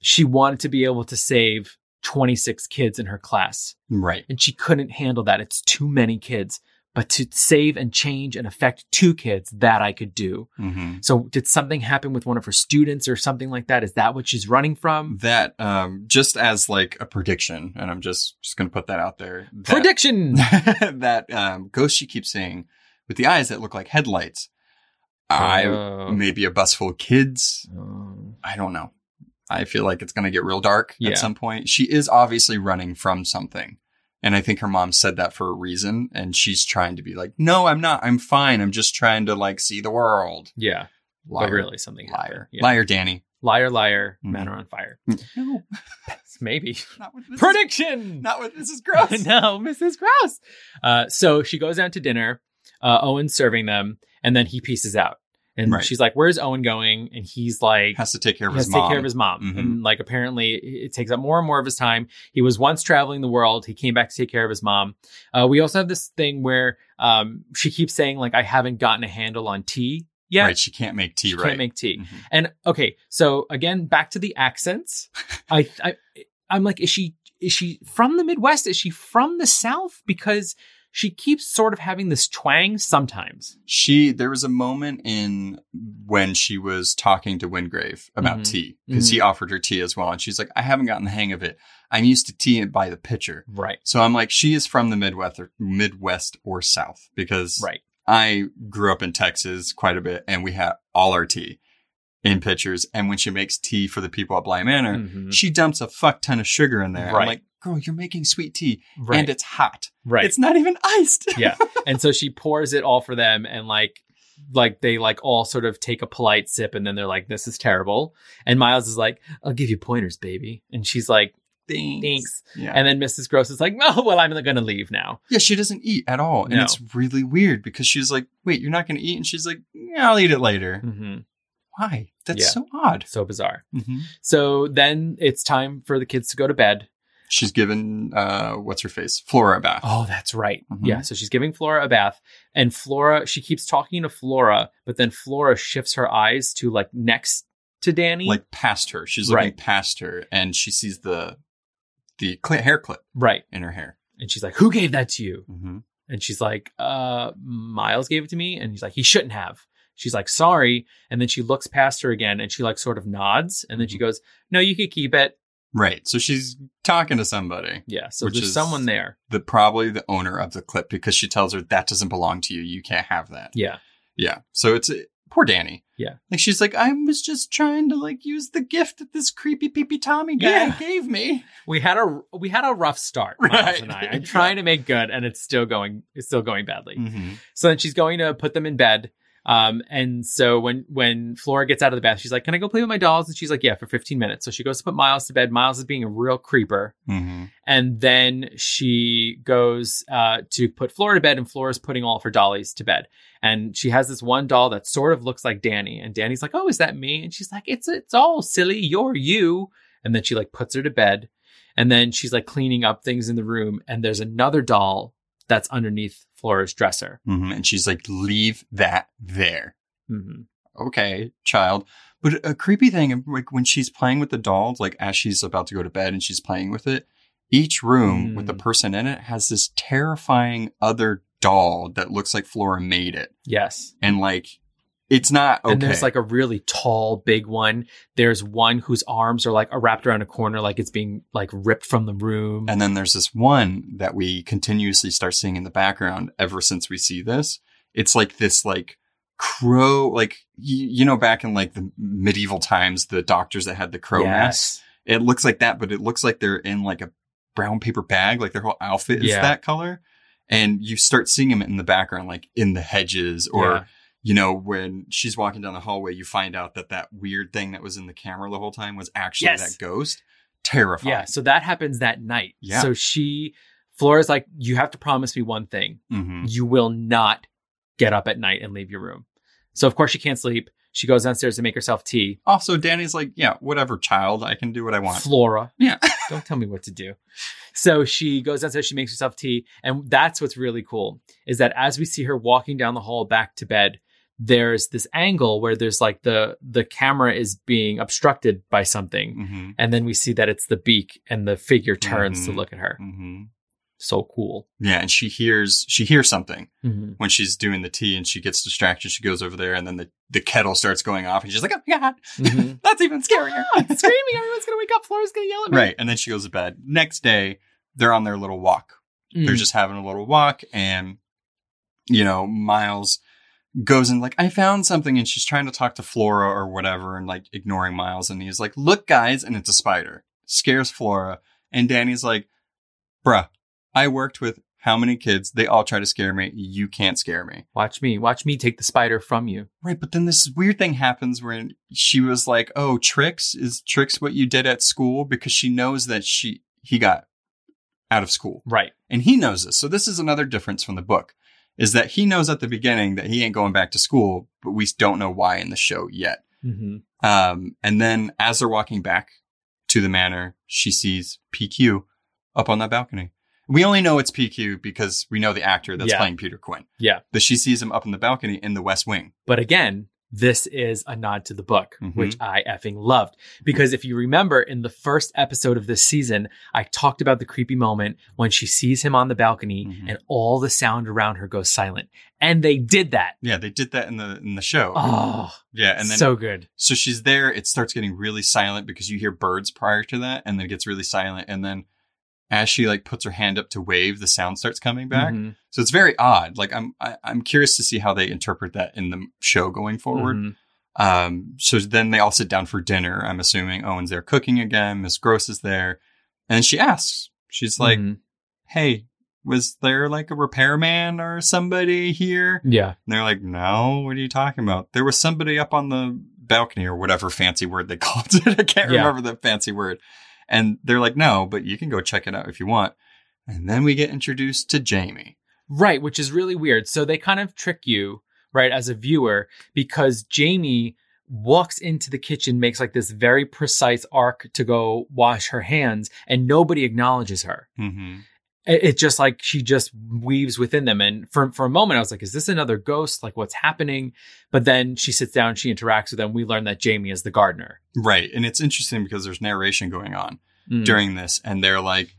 S1: she wanted to be able to save 26 kids in her class.
S2: Right.
S1: and she couldn't handle that. It's too many kids. But to save and change and affect two kids, that I could do.
S2: hmm
S1: So, did something happen with one of her students or something like that? Is that what she's running from?
S2: That um just as like a prediction, and I'm just just gonna put that out there. That,
S1: Prediction.
S2: that um ghost she keeps seeing with the eyes that look like headlights. I
S1: Oh.
S2: maybe a bus full of kids.
S1: Oh.
S2: I don't know. I feel like it's going to get real dark
S1: Yeah.
S2: at some point. She is obviously running from something. And I think her mom said that for a reason. And she's trying to be like, no, I'm not. I'm fine. I'm just trying to like see the world.
S1: yeah,
S2: Liar.
S1: but really something. happened.
S2: Liar.
S1: Yeah.
S2: Liar, Danny.
S1: Liar, liar,
S2: Mhm.
S1: men are on fire.
S2: No,
S1: Maybe.
S2: not with Mrs.
S1: Prediction!
S2: Not with Mrs. Gross.
S1: no, Mrs. Grouse. Uh, so she goes down to dinner. Uh, Owen's serving them, and then he pieces out. And
S2: Right.
S1: she's like, "Where's Owen going?" And he's like,
S2: Has to take care of
S1: he
S2: his
S1: has to
S2: mom.
S1: take care of his mom.
S2: Mhm.
S1: And like apparently it takes up more and more of his time. He was once traveling the world. He came back to take care of his mom. Uh, we also have this thing where um, she keeps saying like I haven't gotten a handle on tea yet.
S2: Right, she can't make tea.
S1: She
S2: right.
S1: can't make tea.
S2: Mhm.
S1: And okay, so again back to the accents. I, I I'm like is she is she from the Midwest? Is she from the South? Because she keeps sort of having this twang sometimes.
S2: She there was a moment in when she was talking to Wingrave about
S1: Mhm.
S2: tea because he offered her tea as well, and she's like, "I haven't gotten the hang of it. I'm used to tea by the pitcher."
S1: Right.
S2: So I'm like, she is from the Midwest or, Midwest or South because
S1: Right.
S2: I grew up in Texas quite a bit, and we had all our tea in pitchers. And when she makes tea for the people at Bly Manor,
S1: Mhm.
S2: she dumps a fuck ton of sugar in there.
S1: Right.
S2: I'm like, girl, you're making sweet tea,
S1: Mm-hmm. Right.
S2: and it's hot.
S1: right.
S2: It's not even iced.
S1: yeah and so she pours it all for them and like like they like all sort of take a polite sip and then they're like this is terrible and miles is like i'll give you pointers baby and she's like
S2: Thanks.
S1: thanks
S2: Yeah.
S1: and then mrs gross is like oh well i'm gonna leave now
S2: Yeah, she doesn't eat at all. And
S1: No.
S2: it's really weird because she's like, wait, you're not going to eat? And she's like, yeah, I'll eat it later.
S1: hmm
S2: Why? That's
S1: Yeah.
S2: so odd.
S1: so bizarre
S2: hmm
S1: so then it's time for the kids to go to bed
S2: She's given, uh, what's her face? Flora a bath.
S1: oh that's right
S2: Mhm.
S1: yeah so she's giving flora a bath and flora she keeps talking to flora but then flora shifts her eyes to like next to danny
S2: Like past her. She's looking
S1: Right.
S2: past her and she sees the the cli hair clip
S1: right
S2: in her hair.
S1: and she's like who gave that to you
S2: Mm-hmm.
S1: And she's like, uh, Miles gave it to me. And he's like, he shouldn't have. She's like, sorry. And then she looks past her again and she like sort of nods. And then she goes, no, you could keep it.
S2: Right. So she's talking to somebody,
S1: Yeah. So
S2: Which
S1: there's
S2: is-
S1: someone there.
S2: the probably the owner of the clip, because she tells her that doesn't belong to you. You can't have that.
S1: Yeah.
S2: Yeah. So it's uh, poor Danny.
S1: Yeah.
S2: Like she's like, I was just trying to like use the gift that this creepy peepy Tommy guy
S1: Yeah.
S2: gave me.
S1: We had a, we had a rough start. Miles
S2: Right.
S1: and I. I'm trying to make good and it's still going, it's still going badly.
S2: Mm-hmm.
S1: So then she's going to put them in bed. Um, and so when when Flora gets out of the bath, she's like, "Can I go play with my dolls?" And she's like, "Yeah, for 15 minutes." So she goes to put Miles to bed. Miles is being a real creeper.
S2: Mm-hmm.
S1: and then she goes uh, to put Flora to bed, and Flora's putting all of her dollies to bed. And she has this one doll that sort of looks like Danny, and Danny's like, "Oh, is that me?" And she's like, "It's it's all silly. You're you." And then she like puts her to bed, and then she's like cleaning up things in the room, and there's another doll that's underneath Flora's dresser.
S2: Mm-hmm. And she's like, leave that there.
S1: hmm
S2: Okay, child. But a creepy thing, like when she's playing with the doll, like as she's about to go to bed and she's playing with it, each room with the
S1: Mm.
S2: person in it has this terrifying other doll that looks like Flora made it.
S1: Yes.
S2: And like, it's not okay.
S1: And there's like a really tall, big one. There's one whose arms are like are wrapped around a corner, like it's being like ripped from the room.
S2: And then there's this one that we continuously start seeing in the background ever since we see this. It's like this like crow like you, you know back in like the medieval times the doctors that had the crow mask. It looks like that but it looks like they're in like a brown paper bag like their whole outfit is
S1: Yeah.
S2: that color and you start seeing them in the background like in the hedges or
S1: Yeah.
S2: you know when she's walking down the hallway you find out that that weird thing that was in the camera the whole time was actually
S1: Yes.
S2: that ghost. Terrifying.
S1: Yeah, so that happens that night.
S2: Yeah.
S1: So she Flora's like, you have to promise me one thing.
S2: Mhm.
S1: You will not get up at night and leave your room. So of course she can't sleep. She goes downstairs to make herself tea.
S2: Also, Danny's like, yeah, whatever, child. I can do what I want.
S1: Flora.
S2: Yeah.
S1: Don't tell me what to do. So she goes downstairs, she makes herself tea. And that's what's really cool is that as we see her walking down the hall back to bed, there's this angle where there's like the the camera is being obstructed by something.
S2: hmm
S1: And then we see that it's the beak and the figure turns to
S2: Mhm.
S1: look at her.
S2: hmm
S1: So cool.
S2: Yeah, and she hears she hears something
S1: Mm-hmm.
S2: when she's doing the tea, and she gets distracted. She goes over there, and then the, the kettle starts going off, and she's like, "Oh my god,
S1: Mhm.
S2: that's even scarier!"
S1: I'm screaming, everyone's gonna wake up, Flora's gonna yell at me.
S2: right, and then she goes to bed. Next day, they're on their little walk.
S1: Mm.
S2: They're just having a little walk, and you know, Miles goes and like, "I found something," and she's trying to talk to Flora or whatever, and like ignoring Miles, and he's like, "Look, guys," and it's a spider. Scares Flora, and Danny's like, "Bruh, I worked with how many kids, they all try to scare me. You can't scare me.
S1: Watch me. Watch me take the spider from you.
S2: Right, but then this weird thing happens when she was like, "Oh, tricks is tricks what you did at school?" because she knows that she he got out of school.
S1: Right.
S2: And he knows this. So this is another difference from the book is that he knows at the beginning that he ain't going back to school, but we don't know why in the show yet.
S1: Mm-hmm.
S2: Um, and then as they're walking back to the manor, she sees PQ up on that balcony. We only know it's PQ because we know the actor that's
S1: Yeah.
S2: playing Peter Quinn.
S1: Yeah.
S2: But she sees him up on the balcony in the West Wing.
S1: But again, this is a nod to the book,
S2: Mhm.
S1: which I effing loved. Because if you remember in the first episode of this season, I talked about the creepy moment when she sees him on the balcony
S2: Mhm.
S1: and all the sound around her goes silent. And they did that.
S2: Yeah, they did that in the in the show.
S1: Oh,
S2: yeah, Mm-hmm. and then so-,
S1: so good.
S2: she's there. It starts getting really silent because you hear birds prior to that, and then it gets really silent. And then as she like puts her hand up to wave, the sound starts coming back.
S1: Mhm.
S2: So it's very odd. Like I'm I, I'm curious to see how they interpret that in the show going forward.
S1: Mhm.
S2: Um, so then they all sit down for dinner. I'm assuming Owen's there cooking again. Miss Gross is there, and she asks, she's like,
S1: Mhm.
S2: "Hey, was there like a repairman or somebody here?"
S1: yeah.
S2: And they're like, "No, what are you talking about? There was somebody up on the balcony or whatever fancy word they called it. I can't
S1: Yeah.
S2: remember the fancy word." And they're like, "No, but you can go check it out if you want." And then we get introduced to Jamie.
S1: Right, which is really weird. So they kind of trick you, right, as a viewer, because Jamie walks into the kitchen, makes like this very precise arc to go wash her hands, and nobody acknowledges her.
S2: Mm-hmm.
S1: It, it just like she just weaves within them. And for, for a moment, I was like, is this another ghost? Like, what's happening? But then she sits down, she interacts with them. We learn that Jamie is the gardener.
S2: Right. And it's interesting because there's narration going on
S1: Mm.
S2: during this, and they're like,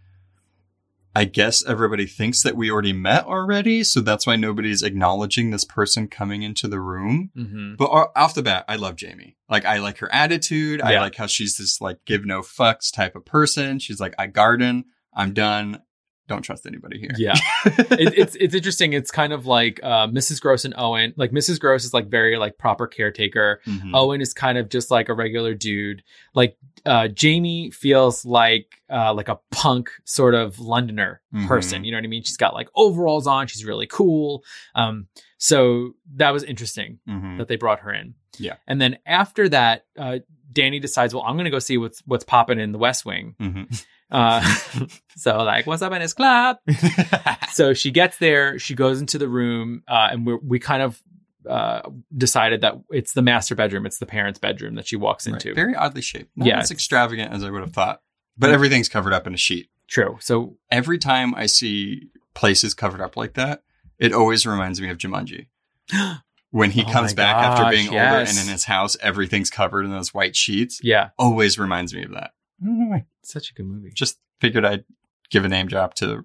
S2: I guess everybody thinks that we already met already. So that's why nobody's acknowledging this person coming into the room.
S1: Mhm.
S2: But o- off the bat, I love Jamie. Like, I like her attitude. I
S1: Yeah.
S2: like how she's this, like, give no fucks type of person. She's like, I garden. I'm done. Don't trust anybody here.
S1: Yeah. it, it's it's interesting. It's kind of like uh, Mrs. Gross and Owen. Like Mrs. Gross is like very like proper caretaker.
S2: Mhm.
S1: Owen is kind of just like a regular dude. Like uh, Jamie feels like uh, like a punk sort of Londoner person. You know what I mean? She's got like overalls on. She's really cool. Um, so that was interesting
S2: Mhm.
S1: that they brought her in.
S2: Yeah.
S1: And then after that, uh, Danny decides, well, I'm gonna go see what's what's popping in the West Wing.
S2: Mhm.
S1: Uh, so like, what's up in his club?
S2: Mm-hmm.
S1: so she gets there she goes into the room uh, and we we kind of uh, decided that it's the master bedroom it's the parents bedroom that she walks
S2: Right.
S1: into
S2: Very oddly shaped. Not
S1: Yeah,
S2: as
S1: it's-
S2: extravagant as I would have thought, but everything's covered up in a sheet.
S1: true so
S2: every time I see places covered up like that, it always reminds me of Jumanji. When he
S1: Oh
S2: comes
S1: my
S2: back
S1: gosh,
S2: after being older
S1: yes.
S2: and in his house, everything's covered in those white sheets.
S1: yeah
S2: Always reminds me of that. I don't know
S1: Mm-hmm.
S2: why.
S1: such a good movie
S2: Just figured I'd give a name drop to.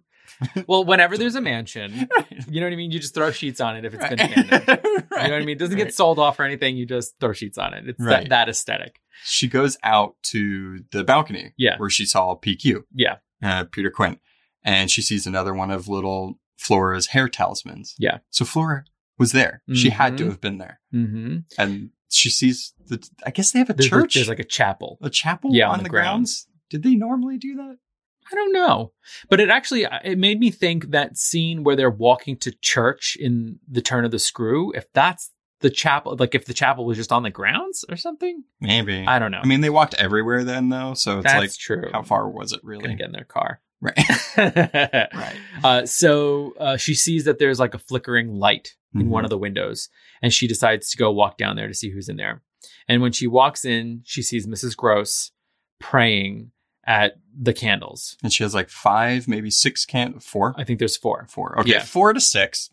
S1: well whenever there's a mansion
S2: Right.
S1: you know what i mean you just throw sheets on it if it's been
S2: Right.
S1: abandoned you know what i mean it doesn't get
S2: Right.
S1: sold off or anything you just throw sheets on it it's that,
S2: Right.
S1: that aesthetic
S2: She goes out to the balcony
S1: Yeah.
S2: where she saw PQ,
S1: Yeah.
S2: uh, Peter Quinn, and she sees another one of little Flora's hair talismans.
S1: Yeah.
S2: So Flora was there. She had to
S1: Mhm.
S2: have been there.
S1: mm-hmm.
S2: and she sees the. I guess they have a
S1: there's,
S2: church,
S1: there's like a chapel
S2: a chapel
S1: Yeah,
S2: on, the, grounds. Did they normally do that?
S1: I don't know, but it actually uh, it made me think that scene where they're walking to church in the turn of the screw. If that's the chapel, like if the chapel was just on the grounds or something,
S2: Maybe. I,
S1: I don't know.
S2: mean, they walked everywhere then, though. So it's
S1: that's
S2: like,
S1: true.
S2: how far was it
S1: Gonna
S2: really?
S1: get in their car,
S2: Right.
S1: right.
S2: right.
S1: Uh, so uh, she sees that there's like a flickering light in
S2: Mm-hmm.
S1: one of the windows, and she decides to go walk down there to see who's in there. And when she walks in, she sees Mrs. Gross praying at the candles.
S2: And she has like five, maybe six can four,
S1: I think there's four.
S2: four. Okay,
S1: Yeah.
S2: four to six.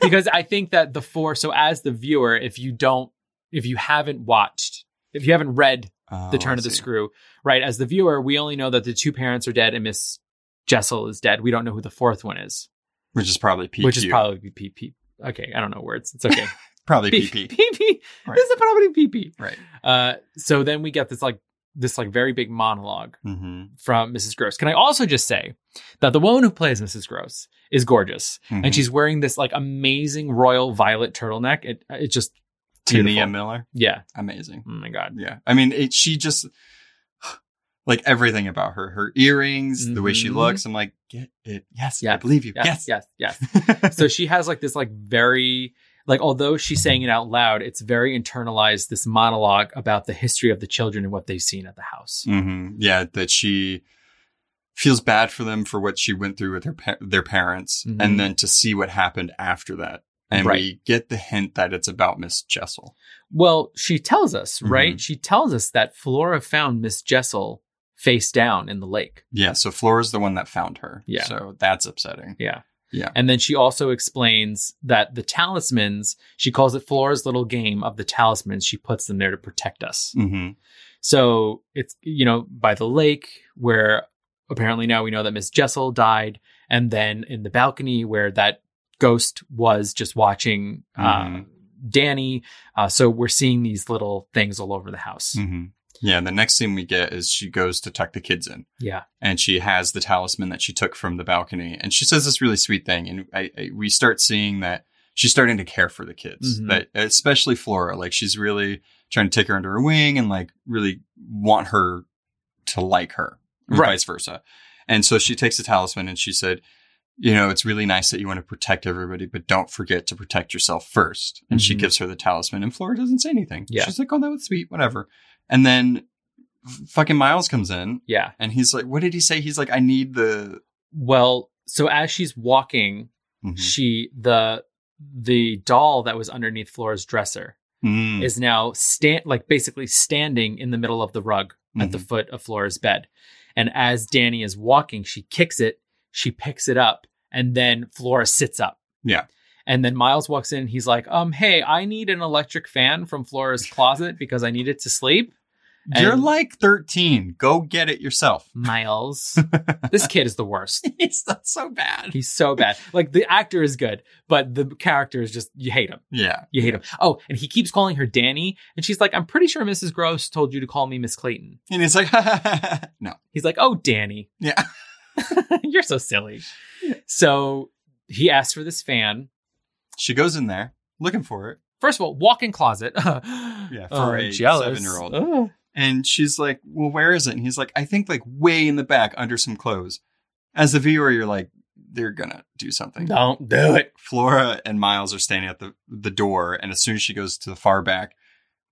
S1: because I think that the four. So as the viewer, if you don't, if you haven't watched, if you haven't read
S2: Oh,
S1: the turn
S2: I
S1: of the
S2: see.
S1: screw, right? As the viewer, we only know that the two parents are dead and Miss Jessel is dead. We don't know who the fourth one is,
S2: which is probably PQ,
S1: which is probably PP. Okay, I don't know words. It's okay.
S2: probably PP.
S1: PP.
S2: Right.
S1: This is probably PP.
S2: Right.
S1: Uh, so then we get this like this like very big monologue
S2: Mm-hmm.
S1: from Mrs. Gross. Can I also just say that the woman who plays Mrs. Gross is gorgeous
S2: Mm-hmm.
S1: and she's wearing this like amazing royal violet turtleneck. It it just
S2: Tania
S1: beautiful.
S2: Miller,
S1: yeah.
S2: amazing.
S1: Oh my god.
S2: Yeah, I mean, it, she just like everything about her, her earrings, the way she
S1: Mhm.
S2: looks. I'm like, get it. Yes, I
S1: Yes,
S2: believe you.
S1: Yes,
S2: Yes.
S1: yes, yes. so she has like this like very like although she's saying it out loud, it's very internalized this monologue about the history of the children and what they've seen at the house.
S2: hmm Yeah, that she feels bad for them for what she went through with her pa- their parents,
S1: Mhm.
S2: and then to see what happened after that. And we get the hint that it's about Miss Jessel.
S1: Well, she tells us, right?
S2: Mhm.
S1: She tells us that Flora found Miss Jessel face down in the lake.
S2: Yeah, so Flora's the one that found her.
S1: Yeah.
S2: So that's upsetting.
S1: Yeah.
S2: Yeah.
S1: And then she also explains that the talismans, she calls it Flora's little game of the talismans, she puts them there to protect us.
S2: hmm
S1: So it's, you know, by the lake where apparently now we know that Miss Jessel died, and then in the balcony where that ghost was just watching uh,
S2: Mhm.
S1: Danny. Uh, so we're seeing these little things all over the house.
S2: hmm Yeah, and the next thing we get is she goes to tuck the kids in.
S1: Yeah.
S2: and she has the talisman that she took from the balcony and she says this really sweet thing and I, I we start seeing that she's starting to care for the kids
S1: Mhm.
S2: that especially flora like she's really trying to take her under her wing and like really want her to like her and
S1: Right.
S2: vice versa and so she takes the talisman and she said you know it's really nice that you want to protect everybody but don't forget to protect yourself first and she
S1: Mhm.
S2: gives her the talisman and flora doesn't say anything
S1: Yeah.
S2: she's like oh that was sweet whatever and then f- fucking miles comes in
S1: Yeah.
S2: and he's like, what did he say? He's like, I need the.
S1: Well, so as she's walking,
S2: Mhm.
S1: she, the, the doll that was underneath Flora's dresser
S2: Mm.
S1: is now stand like basically standing in the middle of the rug at the
S2: Mhm.
S1: foot of Flora's bed. And as Danny is walking, she kicks it, she picks it up, and then Flora sits up.
S2: Yeah.
S1: And then Miles walks in and he's like, um, hey, I need an electric fan from Flora's closet because I need it to sleep. And
S2: You're like 13. Go get it yourself.
S1: Miles. this kid is the worst.
S2: It's not so bad.
S1: He's so bad. Like the actor is good, but the character is just you hate him.
S2: Yeah.
S1: You hate him. Oh, and he keeps calling her Danny, and she's like, I'm pretty sure Mrs. Gross told you to call me Miss Clayton.
S2: And he's like, no.
S1: He's like, "Oh, Danny,
S2: Yeah.
S1: you're so silly." So he asks for this fan.
S2: She goes in there looking for it.
S1: First of all, walk-in closet.
S2: Yeah,
S1: yeah,
S2: for a seven-year-old.
S1: Oh,
S2: And she's like, well, where is it? And he's like, I think like way in the back under some clothes. As the viewer, you're like, they're going to do something.
S1: don't do it.
S2: Flora and Miles are standing at the, the door. And as soon as she goes to the far back,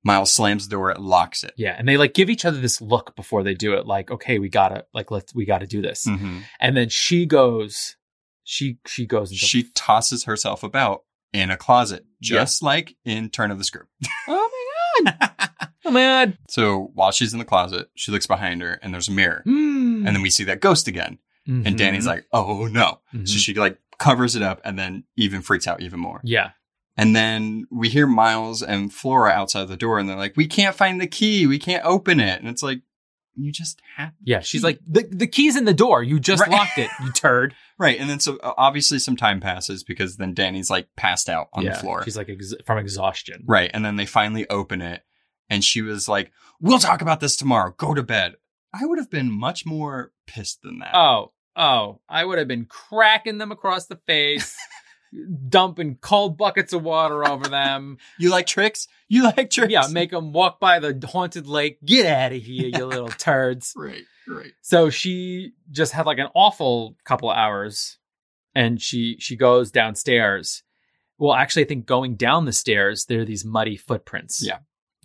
S2: Miles slams the door and locks it.
S1: Yeah, and they like give each other this look before they do it. Like, okay, we gotta like let's we gotta do this.
S2: Mm-hmm.
S1: And then she goes, she she goes. Into,
S2: she tosses herself about in a closet, just like in Turn of the Screw.
S1: oh my god, oh my god.
S2: So while she's in the closet, she looks behind her and there's a mirror.
S1: Mm.
S2: And then we see that ghost again. And
S1: Mhm.
S2: Danny's like, oh no.
S1: Mhm.
S2: So she like covers it up and then even freaks out even more.
S1: yeah,
S2: And then we hear Miles and Flora outside the door and they're like, we can't find the key. We can't open it. And it's like, you just have
S1: yeah. She's like, the the key's in the door. You just
S2: Right.
S1: locked it. You turd.
S2: right. And then so uh, obviously some time passes because then Danny's like passed out on
S1: yeah.
S2: the floor.
S1: She's like ex- from exhaustion.
S2: Right. And then they finally open it. And she was like, We'll talk about this tomorrow. Go to bed. I would have been much more pissed than that.
S1: Oh, oh, I would have been cracking them across the face, dumping cold buckets of water over them.
S2: you like tricks? You like tricks?
S1: yeah, make them walk by the haunted lake. Get out of here, you little turds.
S2: right, right.
S1: So she just had like an awful couple of hours and she she goes downstairs. Well, actually I think going down the stairs there are these muddy footprints.
S2: Yeah.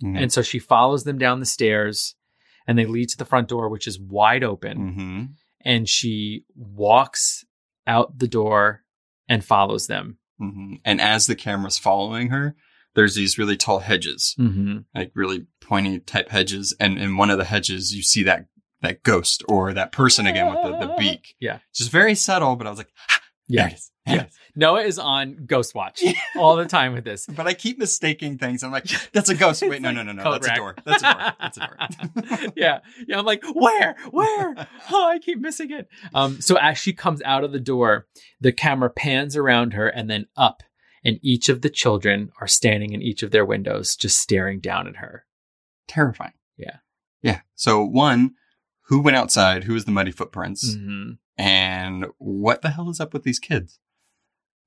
S1: And so she follows them down the stairs and they lead to the front door which is wide open.
S2: hmm
S1: and she walks out the door and follows them.
S2: hmm And as the camera's following her, there's these really tall hedges,
S1: Mm-hmm.
S2: like really pointy type hedges. And in one of the hedges, you see that that ghost or that person again with the, the beak.
S1: Yeah.
S2: Just very subtle, but I was like, "Ah, there it is. There it
S1: Yeah.
S2: is."
S1: Noah is on Ghost Watch all the time with this.
S2: But I keep mistaking things. I'm like, that's a ghost. Wait, no, no, no, no.
S1: Code
S2: That's
S1: rack.
S2: a door. That's a door. That's a door.
S1: yeah. Yeah. I'm like, where? Where? Oh, I keep missing it. Um, so as she comes out of the door, the camera pans around her and then up, and each of the children are standing in each of their windows, just staring down at her.
S2: Terrifying.
S1: Yeah.
S2: Yeah. So one, who went outside? Who was the muddy footprints?
S1: Mm-hmm.
S2: And what the hell is up with these kids?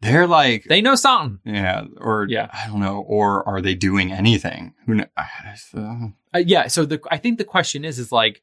S2: They're like,
S1: They know something.
S2: yeah, or
S1: Yeah.
S2: I don't know, or are they doing anything? Who knows?
S1: Uh, yeah so the i think the question is is like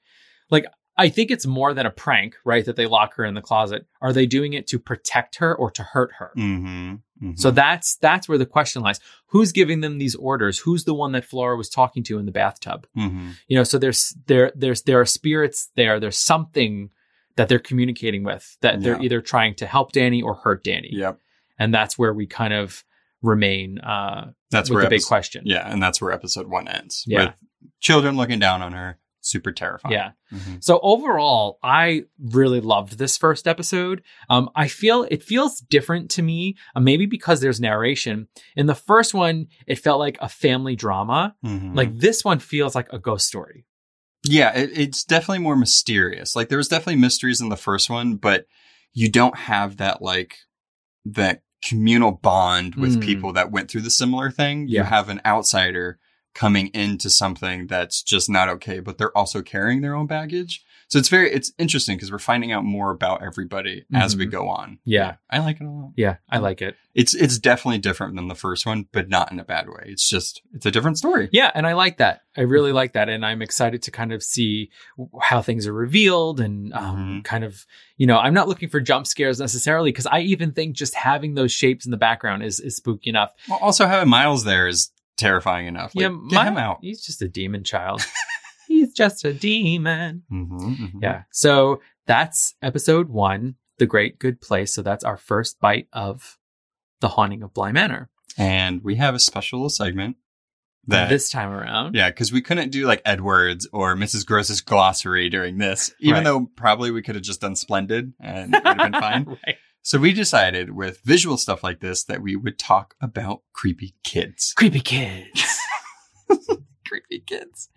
S1: like I think it's more than a prank, right? That they lock her in the closet. Are they doing it to protect her or to hurt her?
S2: Mm-hmm. hmm
S1: So that's that's where the question lies. Who's giving them these orders? Who's the one that Flora was talking to in the bathtub?
S2: hmm
S1: You know, so there's there there's there are spirits there. There's something that they're communicating with that they're
S2: Yeah.
S1: either trying to help Danny or hurt Danny.
S2: Yep.
S1: And that's where we kind of remain uh
S2: That's
S1: with
S2: where
S1: the big
S2: episode-
S1: question.
S2: Yeah, and that's where episode one ends.
S1: Yeah.
S2: With children looking down on her. Super terrifying.
S1: Yeah.
S2: Mhm.
S1: So overall, I really loved this first episode. Um, I feel it feels different to me, uh, maybe because there's narration. In the first one, it felt like a family drama.
S2: Mhm.
S1: Like this one feels like a ghost story.
S2: Yeah, it, it's definitely more mysterious. Like there was definitely mysteries in the first one, but you don't have that like that communal bond with
S1: Mm.
S2: people that went through the similar thing. You
S1: Yeah.
S2: have an outsider coming into something that's just not okay, but they're also carrying their own baggage. So it's very it's interesting because we're finding out more about everybody as we
S1: Mhm.
S2: go on.
S1: Yeah.
S2: I like it a lot.
S1: Yeah, I like it.
S2: It's it's definitely different than the first one, but not in a bad way. It's just it's a different story.
S1: Yeah, and I like that. I really like that, and I'm excited to kind of see w- how things are revealed and um,
S2: Mhm.
S1: kind of you know I'm not looking for jump scares necessarily because I even think just having those shapes in the background is is spooky enough.
S2: Well, also having Miles there is terrifying enough. Like, get
S1: my-
S2: him out.
S1: He's just a demon child. he's just a demon.
S2: Mm-hmm,
S1: Yeah. So that's episode one, The Great Good Place. So that's our first bite of The Haunting of Bly Manor
S2: And we have a special little segment that.
S1: this time around.
S2: yeah, because we couldn't do like Edwards or Mrs. Gross's glossary during this, even
S1: Right.
S2: though probably we could have just done Splendid and it would have been fine.
S1: right.
S2: So we decided with visual stuff like this that we would talk about creepy kids.
S1: Creepy kids.
S2: Creepy kids.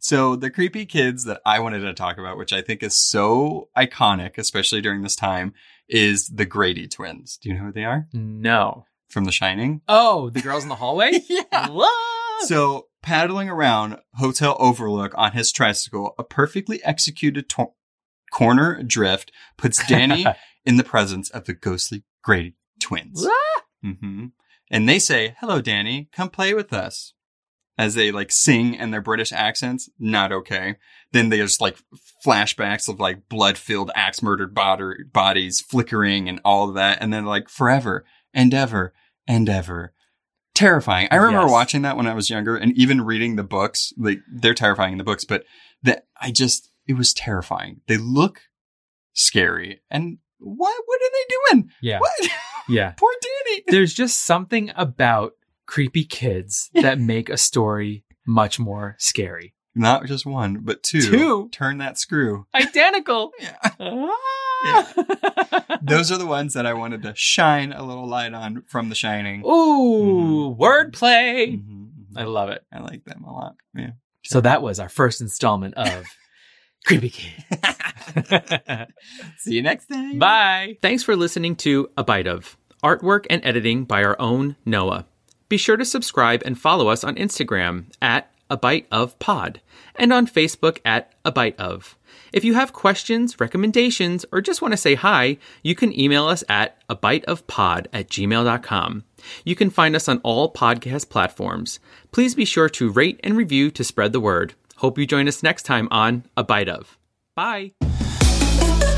S2: So the creepy kids that I wanted to talk about, which I think is so iconic, especially during this time, is the Grady twins. Do you know who they are?
S1: no.
S2: From The Shining?
S1: Oh, the girls in the hallway?
S2: yeah.
S1: What?
S2: So paddling around Hotel Overlook on his tricycle, a perfectly executed to- corner drift puts Danny in the presence of the ghostly Grady twins. hmm And they say, "Hello, Danny. Come play with us." As they like sing in their British accents, not okay. Then there's like flashbacks of like blood-filled axe murdered bod- bodies flickering and all of that, and then like forever and ever and ever. Terrifying. I remember
S1: Yes.
S2: watching that when I was younger, and even reading the books. Like they're terrifying in the books, but that I just it was terrifying. They look scary, and what what are they doing?
S1: yeah.
S2: What?
S1: Yeah.
S2: Poor Danny.
S1: There's just something about creepy kids that make a story much more scary.
S2: Not just one, but two.
S1: Two?
S2: Turn that screw.
S1: Identical.
S2: Yeah.
S1: Ah.
S2: Those are the ones that I wanted to shine a little light on from The Shining.
S1: Ooh, wordplay.
S2: Mhm, mhm.
S1: Mm. I love it.
S2: I like them a lot. Yeah.
S1: So that was our first installment of Creepy Kid.
S2: See you next time.
S1: Bye. Thanks for listening to A Bite of artwork and editing by our own Noah. Be sure to subscribe and follow us on Instagram at A Bite of Pod and on Facebook at A Bite of. If you have questions, recommendations, or just want to say hi, you can email us at a bite of pod at gmail.com. You can find us on all podcast platforms. Please be sure to rate and review to spread the word. Hope you join us next time on A Bite of. Bye.
S3: Thank you.